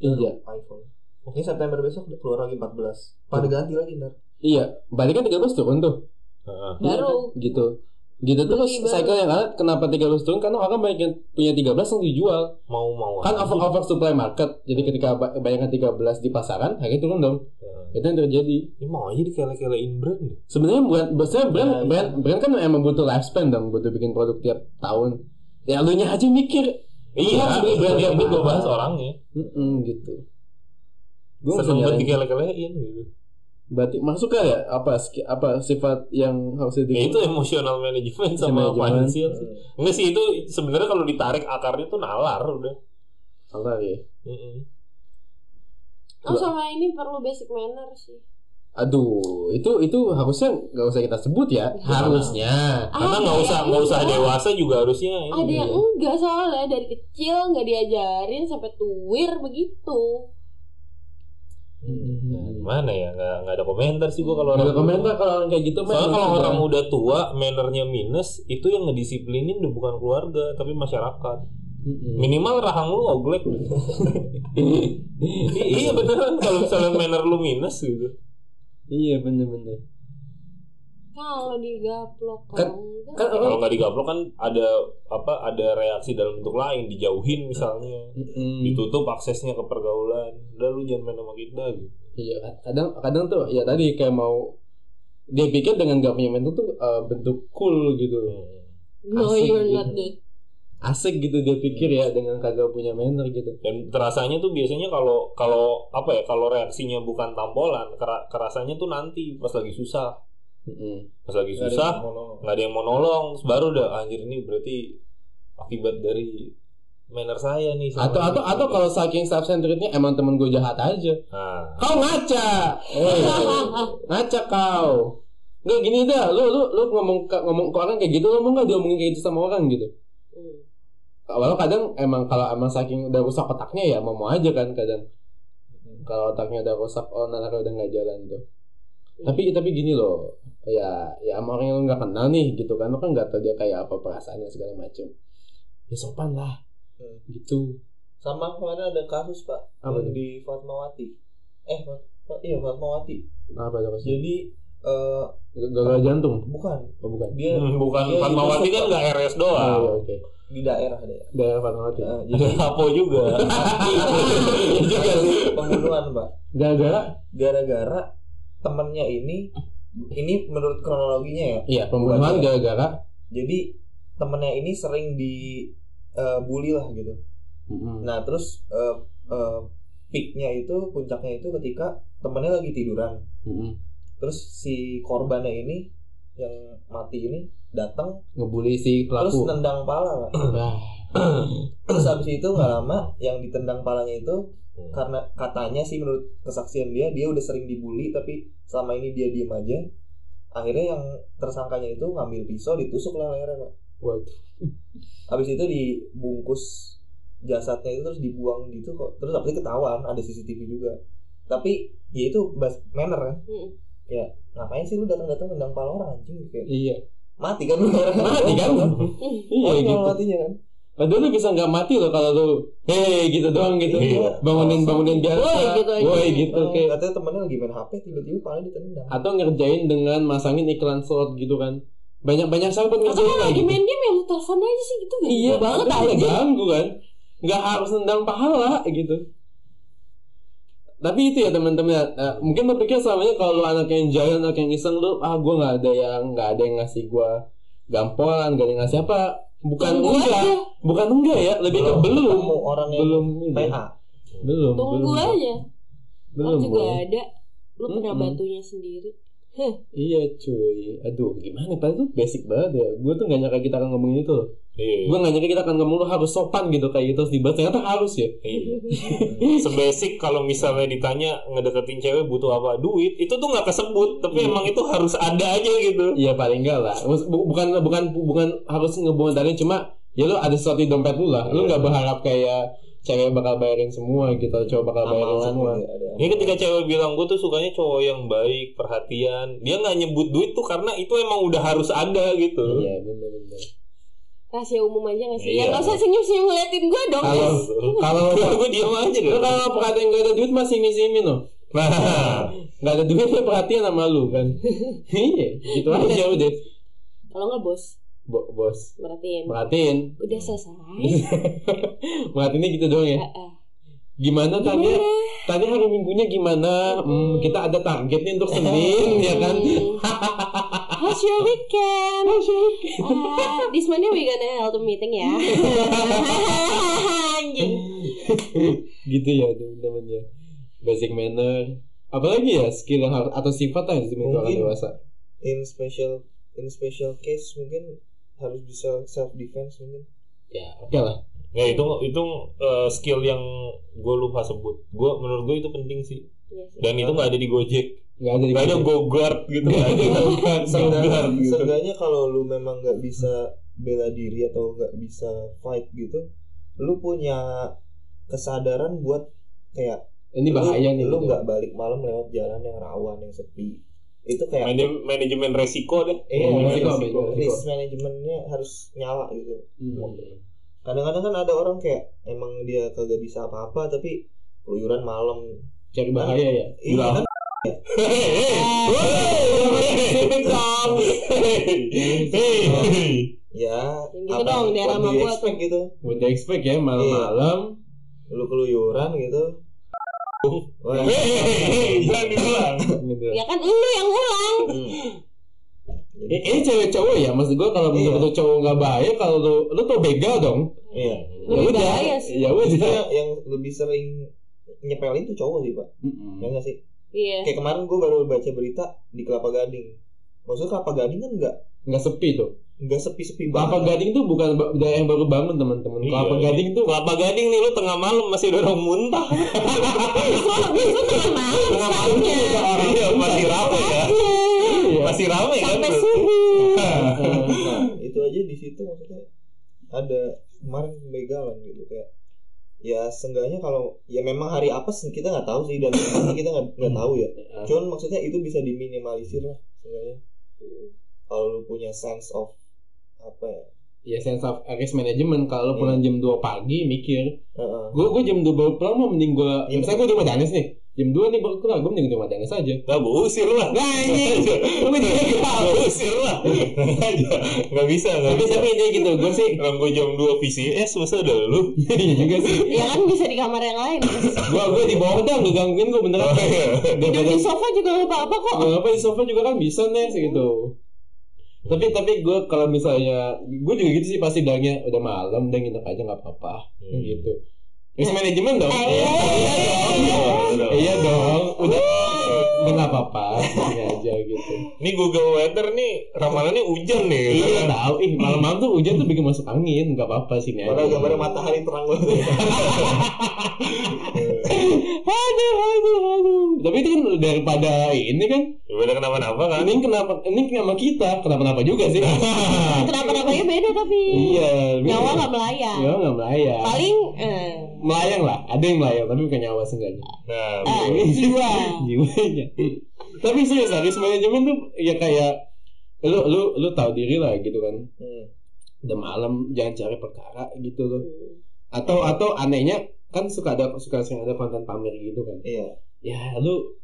Speaker 3: iya
Speaker 4: iPhone ini September besok udah keluar lagi 14 pada ganti lagi ntar
Speaker 3: iya balikan tiga belas turun tuh
Speaker 1: Heeh.
Speaker 2: baru
Speaker 3: gitu gitu terus
Speaker 2: Beli baru.
Speaker 3: cycle yang lain kenapa 13 turun karena orang banyak yang punya 13 langsung dijual
Speaker 1: Mau-mau.
Speaker 3: kan
Speaker 1: aja.
Speaker 3: over over supply market jadi ketika ba- kebanyakan 13 di pasaran harga turun dong
Speaker 1: Heeh.
Speaker 3: itu yang terjadi
Speaker 1: Ini mau aja dikele-kelein brand ya?
Speaker 3: sebenarnya bukan biasanya brand,
Speaker 4: Ya,
Speaker 1: Nah,
Speaker 4: iya.
Speaker 3: brand brand kan emang butuh lifespan dong butuh bikin produk tiap tahun ya lu aja mikir
Speaker 1: Iya,
Speaker 3: harus beli
Speaker 1: itu
Speaker 3: brand
Speaker 1: dia <laughs>
Speaker 3: yang
Speaker 1: ini
Speaker 3: mahal.
Speaker 1: gue bahas orangnya
Speaker 3: Mm-mm, gitu gue
Speaker 1: Seneng banget dikele-kelein gitu
Speaker 3: berarti masuk kali ya apa ski- apa sifat yang harus
Speaker 1: Ya,
Speaker 3: di
Speaker 1: itu emotional management sama
Speaker 3: Emotional
Speaker 1: financial sih Enggak sih, itu sebenarnya kalau ditarik akarnya tuh nalar udah
Speaker 3: Alar ya
Speaker 1: Mm-mm.
Speaker 2: oh sama ini perlu basic manner sih
Speaker 3: aduh itu itu harusnya nggak usah kita sebut ya harusnya
Speaker 1: Karena
Speaker 2: Ada
Speaker 1: nggak
Speaker 2: yang
Speaker 1: usah nggak usah
Speaker 2: enggak.
Speaker 1: dewasa juga harusnya ini
Speaker 2: Ah, iya, ada yang enggak soalnya dari kecil nggak diajarin sampai tuwir begitu
Speaker 1: Nah, Gimana ya, nggak, nggak ada komentar sih gue kalau
Speaker 3: Nggak ada
Speaker 1: orang
Speaker 3: komentar kalau orang kayak gitu mah
Speaker 1: Soalnya kalau
Speaker 3: sudah-
Speaker 1: orang udah tua, mannernya minus, itu yang ngedisiplinin udah bukan keluarga, tapi masyarakat.
Speaker 3: Mm-mm.
Speaker 1: Minimal rahang lu oglek. I- iya beneran kalau misalnya manner lu minus gitu.
Speaker 3: iya bener-bener
Speaker 2: kalau digaplok
Speaker 3: Kan-
Speaker 2: kalau enggak
Speaker 3: kan orang
Speaker 1: Kalau nggak digaplok kan ada apa ada reaksi dalam bentuk lain, dijauhin misalnya,
Speaker 3: Mm-mm.
Speaker 1: ditutup aksesnya ke pergaulan. Udah lu jangan main sama kita gitu.
Speaker 3: Iya kadang kadang tuh ya tadi kayak mau dia pikir dengan gak punya mental tuh eh, bentuk cool gitu
Speaker 2: No,
Speaker 3: Asik
Speaker 2: you're
Speaker 3: gitu.
Speaker 2: not dead.
Speaker 3: asik gitu dia pikir ya dengan kagak punya manner gitu
Speaker 1: dan terasanya tuh biasanya kalau kalau apa ya kalau reaksinya bukan tampolan kera- kerasanya tuh nanti pas lagi susah
Speaker 3: Mm-mm.
Speaker 1: pas lagi susah nggak ada yang mau nolong Terus baru udah anjir ini berarti akibat dari manner saya nih selama
Speaker 3: atau
Speaker 1: ini."
Speaker 3: atau atau kalau saking self centerednya emang temen gue jahat aja <laughs>
Speaker 1: nah,
Speaker 3: kau ngaca Eh, <laughs> ngaca kau Nggak gini dah, lu lu lu ngomong ke- ngomong ke orang kayak gitu, lu mau nggak diomongin kayak gitu sama orang gitu?
Speaker 2: Hmm.
Speaker 3: Walau kadang emang kalau emang saking udah rusak otaknya ya mau mau aja kan kadang. Kalau otaknya udah rusak, oh nalar udah nggak jalan tuh. Tapi tapi gini loh, ya ya sama orang yang lu nggak kenal nih gitu kan, lu kan nggak tahu dia kayak apa perasaannya segala macem. Ya sopan lah,
Speaker 5: Hmm.
Speaker 3: gitu.
Speaker 5: Sama kemarin ada kasus pak
Speaker 3: Apa tuh?
Speaker 5: di Fatmawati. Eh, Fat, Fat- iya Fatmawati.
Speaker 3: Apa tuh maksudnya?
Speaker 5: Jadi eh
Speaker 3: Gagal jantung?
Speaker 5: bukan
Speaker 3: Oh bukan.
Speaker 5: dia
Speaker 1: Hmm, <laughs> bukan
Speaker 3: iya.
Speaker 5: dia
Speaker 1: Fatmawati
Speaker 5: ditusuk,
Speaker 1: kan
Speaker 5: Pak,
Speaker 1: nggak RS
Speaker 3: Oh,
Speaker 1: doang
Speaker 3: iya, oke.
Speaker 5: di daerah daerah.
Speaker 3: Daerah Fatmawati.
Speaker 5: Eh,
Speaker 1: ada <laughs>
Speaker 5: jadi
Speaker 1: Apo juga
Speaker 3: <laughs> Iya juga sih.
Speaker 5: pembunuhan pak.
Speaker 3: Gara-gara
Speaker 5: Gara-gara temennya ini ini menurut kronologinya ya.
Speaker 3: iya pembunuhan
Speaker 5: Bukan.
Speaker 3: gara-gara
Speaker 5: Jadi temennya ini sering di eh, bully lah gitu.
Speaker 3: Mm-mm.
Speaker 5: Nah terus eh eh, peaknya itu puncaknya itu ketika temennya lagi tiduran.
Speaker 3: Mm-mm.
Speaker 5: Terus si korbannya ini yang mati ini datang
Speaker 3: ngebully si
Speaker 5: terus
Speaker 3: pelaku.
Speaker 5: nendang pala pak.
Speaker 3: Ah,
Speaker 5: Terus
Speaker 3: Hmm.
Speaker 5: abis itu nggak lama yang ditendang palanya itu karena katanya sih menurut kesaksian dia dia udah sering dibully tapi selama ini dia diem aja. Akhirnya yang tersangkanya itu ngambil pisau ditusuk lah lehernya pak.
Speaker 3: waduh.
Speaker 5: Abis itu dibungkus jasadnya itu terus dibuang gitu kok. Terus abis itu ketahuan ada CCTV juga. Tapi ya itu bas manner kan.
Speaker 2: Hmm.
Speaker 5: Ngapain sih lu datang-datang nendang pala orang anjing kayak
Speaker 3: Iya.
Speaker 5: mati kan lu lehernya.
Speaker 3: Mati kan? <laughs> iya
Speaker 5: Oh,
Speaker 3: gitu.
Speaker 5: matinya kan.
Speaker 3: Padahal lu bisa nggak mati loh kalau lu hei gitu doang gitu.
Speaker 5: Iya.
Speaker 3: Bangunin bangunin biasa.
Speaker 2: Woi, gitu aja.
Speaker 3: Woi, gitu,
Speaker 5: Oh,
Speaker 3: kayak
Speaker 5: katanya temennya lagi main HP tiba-tiba palanya ditendang.
Speaker 3: atau ngerjain dengan masangin iklan slot gitu kan. Banyak-banyak sahabat
Speaker 2: Atau
Speaker 3: ngerjain
Speaker 2: kalau
Speaker 3: kayak
Speaker 2: lagi
Speaker 3: gitu.
Speaker 2: main game ya lu telepon aja sih gitu ganggu
Speaker 3: Iya,
Speaker 2: banget
Speaker 3: tapi nggak
Speaker 2: aja.
Speaker 3: ganggu kan. Nggak harus nendang pahala gitu. Tapi itu ya teman-teman ya. Eh, mungkin lu pikir selamanya kalau lu anak yang jahil, anak yang iseng lu, ah gua nggak ada yang nggak ada yang ngasih gua gampolan, nggak ada yang ngasih apa. Bukan
Speaker 2: Tunggu
Speaker 3: enggak,
Speaker 2: aja.
Speaker 3: bukan enggak ya, lebih ke belum,
Speaker 5: Ketemu orang yang
Speaker 3: belum, ini.
Speaker 5: PA.
Speaker 3: belum, belum,
Speaker 2: Tunggu aja. Orang
Speaker 3: belum,
Speaker 2: juga
Speaker 3: Boy.
Speaker 2: ada. Lu punya
Speaker 3: Mm-mm.
Speaker 2: batunya sendiri.
Speaker 3: Iya cuy, aduh gimana? ya, Padahal tuh basic banget ya. Gue tuh gak nyangka kita akan ngomongin itu loh. Gue
Speaker 1: Iya.
Speaker 3: gak nyangka kita akan ngomong lu harus sopan gitu kayak gitu harus dibahas. Ternyata harus ya.
Speaker 1: Iya. Sebasic kalau misalnya ditanya ngedeketin cewek butuh apa duit itu tuh nggak kesebut tapi emang itu harus ada aja gitu.
Speaker 3: Iya paling enggak lah. Mas- bu- Bukan bukan bukan harus ngebomentarin cuma ya lu ada sesuatu di dompet lu lah. Lu nggak berharap kayak cewek bakal bayarin semua gitu, cowok bakal bayarin
Speaker 5: Amalan
Speaker 3: semua.
Speaker 5: gitu, ada
Speaker 1: Ini ketika cewek bilang gue tuh sukanya cowok yang baik, perhatian, dia nggak nyebut duit tuh karena itu emang udah harus ada gitu.
Speaker 3: Iya benar-benar.
Speaker 2: Rahasia umum aja gak sih?
Speaker 1: Iya.
Speaker 2: Ya nggak usah senyum-senyum ngeliatin gue dong.
Speaker 3: Kalau
Speaker 2: guys.
Speaker 3: kalau
Speaker 1: <laughs> gue diam aja
Speaker 3: lu
Speaker 1: deh.
Speaker 3: kalau Iya, perhatian gak ada duit masih ngisimin loh.
Speaker 1: Nah,
Speaker 3: Gak ada duit <laughs> dia perhatian sama lu kan. Iya, gitu aja udah.
Speaker 2: Kalau nggak bos,
Speaker 3: Bo- bos
Speaker 2: berarti
Speaker 3: perhatiin <laughs>
Speaker 2: udah
Speaker 3: Iya.
Speaker 2: selesai.
Speaker 3: perhatiinnya gitu doang ya
Speaker 2: Heeh.
Speaker 3: gimana tadi
Speaker 2: Gimana?
Speaker 3: tadi hari minggunya gimana Hmm, kita ada target nih untuk
Speaker 2: <laughs>
Speaker 3: senin ya kan
Speaker 2: Hmm. How's your weekend? Ah, this Monday we gonna held a meeting ya. Anjing.
Speaker 3: gitu ya teman-teman ya basic manner apalagi ya skill yang harus atau sifat yang harus dimiliki orang
Speaker 5: Mungkin.
Speaker 3: dewasa
Speaker 5: in special in special case mungkin harus bisa self defense mungkin
Speaker 3: ya oke lah
Speaker 1: ya itu itu eh, skill yang gue lupa sebut. Gue menurut gue itu penting sih.
Speaker 2: Iya sih.
Speaker 1: Dan itu nggak ada di Gojek.
Speaker 3: nggak ada di
Speaker 1: Gak ada go guard gitu. Gak ada go
Speaker 3: Iya,
Speaker 1: guard. Go
Speaker 3: <laughs>
Speaker 5: seenggaknya
Speaker 1: guard gitu.
Speaker 5: seenggaknya kalau lu memang nggak bisa bela diri atau nggak bisa fight gitu lu punya kesadaran buat kayak
Speaker 3: ini bahaya
Speaker 5: lu,
Speaker 3: nih
Speaker 5: lu
Speaker 3: gitu.
Speaker 5: nggak balik malam lewat jalan yang rawan yang sepi itu kayak
Speaker 1: Mane- manajemen resiko deh.
Speaker 5: eh,
Speaker 3: manajemen
Speaker 5: risiko,
Speaker 3: risiko,
Speaker 5: risiko.
Speaker 3: risiko.
Speaker 5: risk manajemennya harus nyala gitu
Speaker 3: Hmm.
Speaker 5: kadang-kadang kan ada orang kayak emang dia kagak bisa apa-apa tapi keluyuran malam
Speaker 3: cari bahaya ya
Speaker 5: iya kan
Speaker 1: Civic dong.
Speaker 5: ya
Speaker 2: Yang gitu
Speaker 5: apa-
Speaker 2: dong, daerah
Speaker 5: what do you
Speaker 2: Mabuat.
Speaker 5: expect gitu
Speaker 3: udah expect ya malam-malam
Speaker 5: lu keluyuran gitu
Speaker 3: Iya.
Speaker 1: Jangan diulang.
Speaker 2: Ya kan lu yang ulang.
Speaker 3: Eh, ini cewek cowok ya maksud gue kalau menurut lu cowok nggak bahaya kalau lu lu tuh begal dong
Speaker 4: Iya.
Speaker 3: ya
Speaker 2: Lebih
Speaker 3: udah
Speaker 2: bahaya sih.
Speaker 3: ya udah
Speaker 4: Justru yang lebih sering nyepelin tuh cowok sih pak ya nggak sih
Speaker 2: Iya.
Speaker 4: kayak kemarin gue baru baca berita di kelapa gading maksudnya kelapa gading kan nggak
Speaker 3: nggak sepi tuh
Speaker 4: nggak sepi-sepi
Speaker 5: Iya.
Speaker 3: kelapa
Speaker 4: banget
Speaker 3: gading tuh bukan ba- daerah yang baru bangun teman-teman
Speaker 1: Iya,
Speaker 3: kelapa
Speaker 1: iya.
Speaker 3: gading tuh
Speaker 1: Kelapa gading nih lu tengah malam masih dorong muntah.
Speaker 2: Soalnya itu tengah malam
Speaker 1: Tengah malam tuh
Speaker 2: soalnya.
Speaker 1: udah orang iya, masih ramai ya.
Speaker 3: Iya.
Speaker 1: Masih ramai kan.
Speaker 2: Sampai
Speaker 1: tuh.
Speaker 2: subuh.
Speaker 4: nah itu aja di situ maksudnya ada kemarin pembegalan gitu kayak ya seenggaknya kalau ya memang hari apa sih kita nggak tahu sih dan pasti kita nggak nggak tahu ya cuman maksudnya itu bisa diminimalisir lah seenggaknya kalau lu punya sense of apa ya
Speaker 3: ya sense of risk management kalau lu
Speaker 4: Iya.
Speaker 3: pulang jam 2 pagi mikir
Speaker 4: Heeh.
Speaker 3: gue gue jam 2 baru pulang mau mending gue
Speaker 4: Iya.
Speaker 3: misalnya gue di rumah Danes nih jam 2 nih baru pulang gue mending di rumah Danes aja
Speaker 1: Gak gue usir lah.
Speaker 3: nah <laughs> ini gue jadi kepala
Speaker 1: Gue usir lah. Gak bisa, gak
Speaker 3: tapi
Speaker 1: bisa.
Speaker 3: tapi ini gitu gue sih <laughs>
Speaker 1: Orang gue jam 2 VCS masa ada lu.
Speaker 3: iya juga sih
Speaker 2: Ya kan bisa di kamar yang lain.
Speaker 3: gue gue di bawah dah gak gangguin gue
Speaker 1: Oh,
Speaker 3: beneran
Speaker 1: iya.
Speaker 2: Duduk
Speaker 3: daripada
Speaker 2: di sofa juga nggak apa-apa kok.
Speaker 3: Gak iya, apa di sofa juga kan bisa nes gitu tapi tapi gue kalau misalnya gue juga gitu sih pasti bilangnya udah malam udah nginep aja nggak apa-apa gitu risk management dong
Speaker 2: Eh.
Speaker 3: iya dong udah udah nggak apa-apa sini aja gitu
Speaker 1: Ini Google Weather nih ramalannya hujan nih.
Speaker 3: iya tahu ih malam-malam tuh hujan tuh bikin masuk angin nggak apa-apa sini aja
Speaker 4: Padahal gambarnya matahari terang banget.
Speaker 3: aduh aduh aduh tapi itu kan daripada ini kan Nah,
Speaker 1: Udah kenapa-napa kan?
Speaker 3: ini kenapa ini kenapa kita kenapa-napa juga
Speaker 2: <laughs>
Speaker 3: sih
Speaker 2: Kenapa-napanya beda tapi.
Speaker 3: iya lebih-
Speaker 2: Nyawa nggak melayang.
Speaker 3: nyawa nggak melayang
Speaker 2: Paling eh,
Speaker 3: melayang lah ada yang melayang tapi bukan nyawa seenggaknya
Speaker 1: Nah,
Speaker 3: Ah,
Speaker 2: eh, jiwa.
Speaker 3: <laughs> jiwanya tapi serius lah risk management tuh ya kayak lu lu lu tahu diri lah gitu kan
Speaker 4: Hmm.
Speaker 3: udah malam jangan cari perkara gitu loh atau atau anehnya kan suka ada suka sering ada konten pamer gitu kan
Speaker 4: Iya.
Speaker 3: ya lu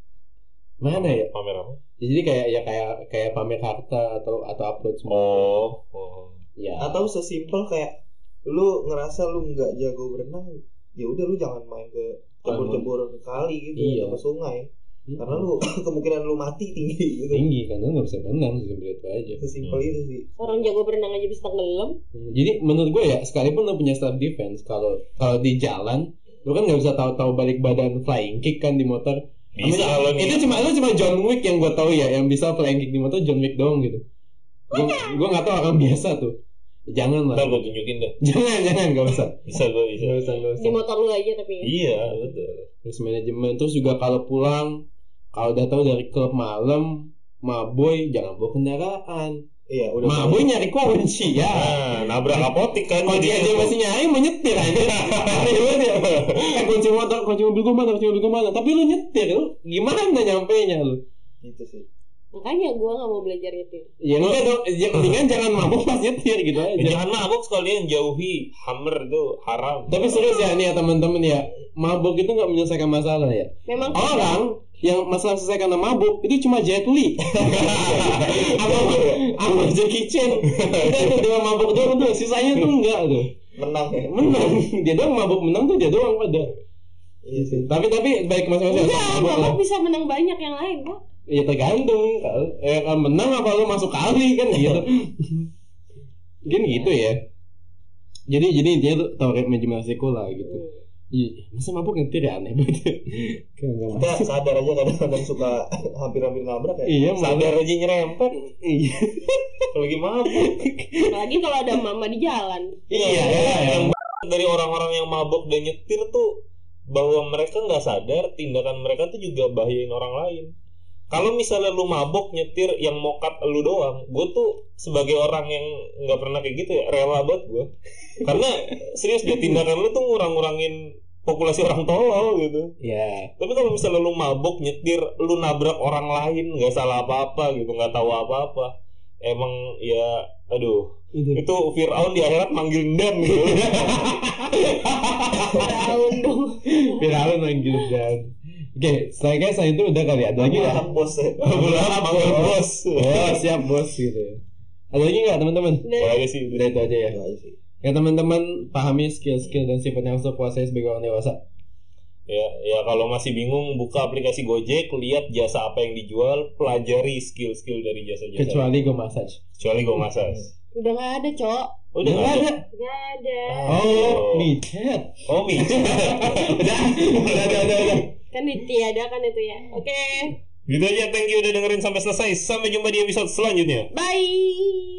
Speaker 3: mana ya
Speaker 1: Iya. pamer apa?
Speaker 3: jadi kayak ya kayak kayak pamer harta atau atau upload semua
Speaker 1: Oh. oh.
Speaker 3: ya
Speaker 4: Atau sesimpel kayak lu ngerasa lu nggak jago berenang, ya udah lu jangan main ke cebur-cebur ke kali gitu
Speaker 3: Iya.
Speaker 4: atau ke sungai.
Speaker 3: Mm-mm.
Speaker 4: Karena lu <coughs> kemungkinan lu mati tinggi gitu.
Speaker 3: tinggi kan lu nggak bisa berenang sesimpel itu aja
Speaker 4: Sesimpel
Speaker 1: Hmm.
Speaker 4: itu sih.
Speaker 2: Orang jago berenang aja bisa tenggelam.
Speaker 3: Jadi menurut gue ya sekalipun lo punya self defense kalau kalau di jalan lo kan nggak bisa tahu-tahu balik badan flying kick kan di motor.
Speaker 1: Bisa
Speaker 3: Amin.
Speaker 1: kalau
Speaker 3: Itu
Speaker 1: nih.
Speaker 3: cuma itu cuma John Wick yang gue tahu ya yang bisa flying kick di motor John Wick doang gitu. Gue gue nggak tahu orang biasa tuh. Jangan lah.
Speaker 1: Ntar gue tunjukin deh.
Speaker 3: <laughs> Jangan jangan nggak usah.
Speaker 1: Bisa gue bisa.
Speaker 3: Nggak usah nggak
Speaker 2: Di
Speaker 3: usah.
Speaker 2: motor lu aja tapi. ya.
Speaker 1: Iya, betul.
Speaker 3: Terus manajemen terus juga kalau pulang kalau udah tahu dari klub malam Maboy jangan bawa kendaraan.
Speaker 4: Iya, udah.
Speaker 3: Maboy nyari kunci ya.
Speaker 1: Nah, nabrak apotik kan
Speaker 3: Kunci aja
Speaker 1: jadinya.
Speaker 3: masih nyari mau nyetir aja. Aneh banget ya. Eh, kunci motor, kunci mobil gue mana, kunci mobil gue mana. Tapi lu nyetir lu gimana nyampe nya lu?
Speaker 4: Itu sih.
Speaker 2: Makanya gua nggak mau belajar nyetir.
Speaker 3: Ya enggak dong, ya, mendingan jangan mabuk pas nyetir gitu
Speaker 1: Eh, <laughs>
Speaker 3: aja.
Speaker 1: Jangan mabuk sekalian jauhi Hammer tuh haram.
Speaker 3: Tapi serius ya nih ya teman-teman ya, mabuk itu nggak menyelesaikan masalah ya.
Speaker 2: Memang kan
Speaker 3: Orang yang masalah selesai karena mabuk itu cuma Jet Li. Sama sama Jackie Chan. Udah tuh dia mabuk doang tuh, sisanya tuh enggak tuh.
Speaker 4: Menang ya.
Speaker 3: Menang, dia doang mabuk menang tuh dia doang pada.
Speaker 4: Iya sih.
Speaker 3: Tapi tapi baik masing-masing
Speaker 2: Enggak,
Speaker 3: harus mabuk lah.
Speaker 2: mabok bisa menang banyak yang lain kok.
Speaker 3: Ya tergantung kalau eh, kalau menang apa lu masuk kali kan gitu. Mungkin gitu ya. Jadi jadi dia tuh tahu kayak manajemen resiko lah gitu. Iya, masa mabuk nyetir ya aneh banget. ya. Kayak nggak
Speaker 5: Iya.
Speaker 3: masuk.
Speaker 4: Kita sadar aja kadang-kadang suka hampir-hampir nabrak ya.
Speaker 3: Iya, mabuk.
Speaker 1: Sadar aja nyerempet.
Speaker 3: Iya.
Speaker 1: Lagi mabuk.
Speaker 2: Apalagi kalau ada mama di jalan.
Speaker 1: Iya,
Speaker 3: iya.
Speaker 1: yang b- dari orang-orang yang mabok dan nyetir tuh bahwa mereka nggak sadar tindakan mereka tuh juga bahayain orang lain. Kalau misalnya lu mabok nyetir yang mokat lu doang, gue tuh sebagai orang yang nggak pernah kayak gitu ya rela banget gue. Karena serius deh tindakan lu tuh ngurang-ngurangin populasi orang tolol gitu.
Speaker 3: Iya.
Speaker 1: Tapi kalau misalnya lu mabok nyetir, lu nabrak orang lain nggak salah apa-apa gitu, nggak tahu apa-apa. Emang ya aduh,
Speaker 3: Itu.
Speaker 1: itu Firaun di akhirat manggil dendam <laughs> gitu.
Speaker 2: Tahun dong.
Speaker 3: Viral manggil dan. Oke, saya guys, saya itu udah kali ada lagi
Speaker 5: Iya.
Speaker 3: ya.
Speaker 4: Menang bos ya.
Speaker 1: Bulan manggil bos.
Speaker 3: Oh, siap bos gitu ya. Ada lagi nggak teman-teman?
Speaker 1: Boleh aja sih.
Speaker 3: Udah itu aja ya.
Speaker 4: Itu aja sih.
Speaker 3: Ya teman-teman pahami skill-skill dan sifat yang harus lo kuasai sebagai orang dewasa.
Speaker 1: Ya, ya kalau masih bingung buka aplikasi Gojek, lihat jasa apa yang dijual, pelajari skill-skill dari jasa-jasa.
Speaker 3: kecuali gue massage
Speaker 1: kecuali gue massage.
Speaker 8: Udah gak ada, Cok.
Speaker 1: Udah Hmm. nggak ada.
Speaker 2: Gak ada.
Speaker 1: Oh.
Speaker 3: oh micet
Speaker 1: Oh, <laughs> micet.
Speaker 3: udah udah udah udah, udah.
Speaker 2: Kan ditiadakan itu ya. Oke.
Speaker 1: gitu aja, thank you udah dengerin sampai selesai. Sampai jumpa di episode selanjutnya.
Speaker 2: Bye.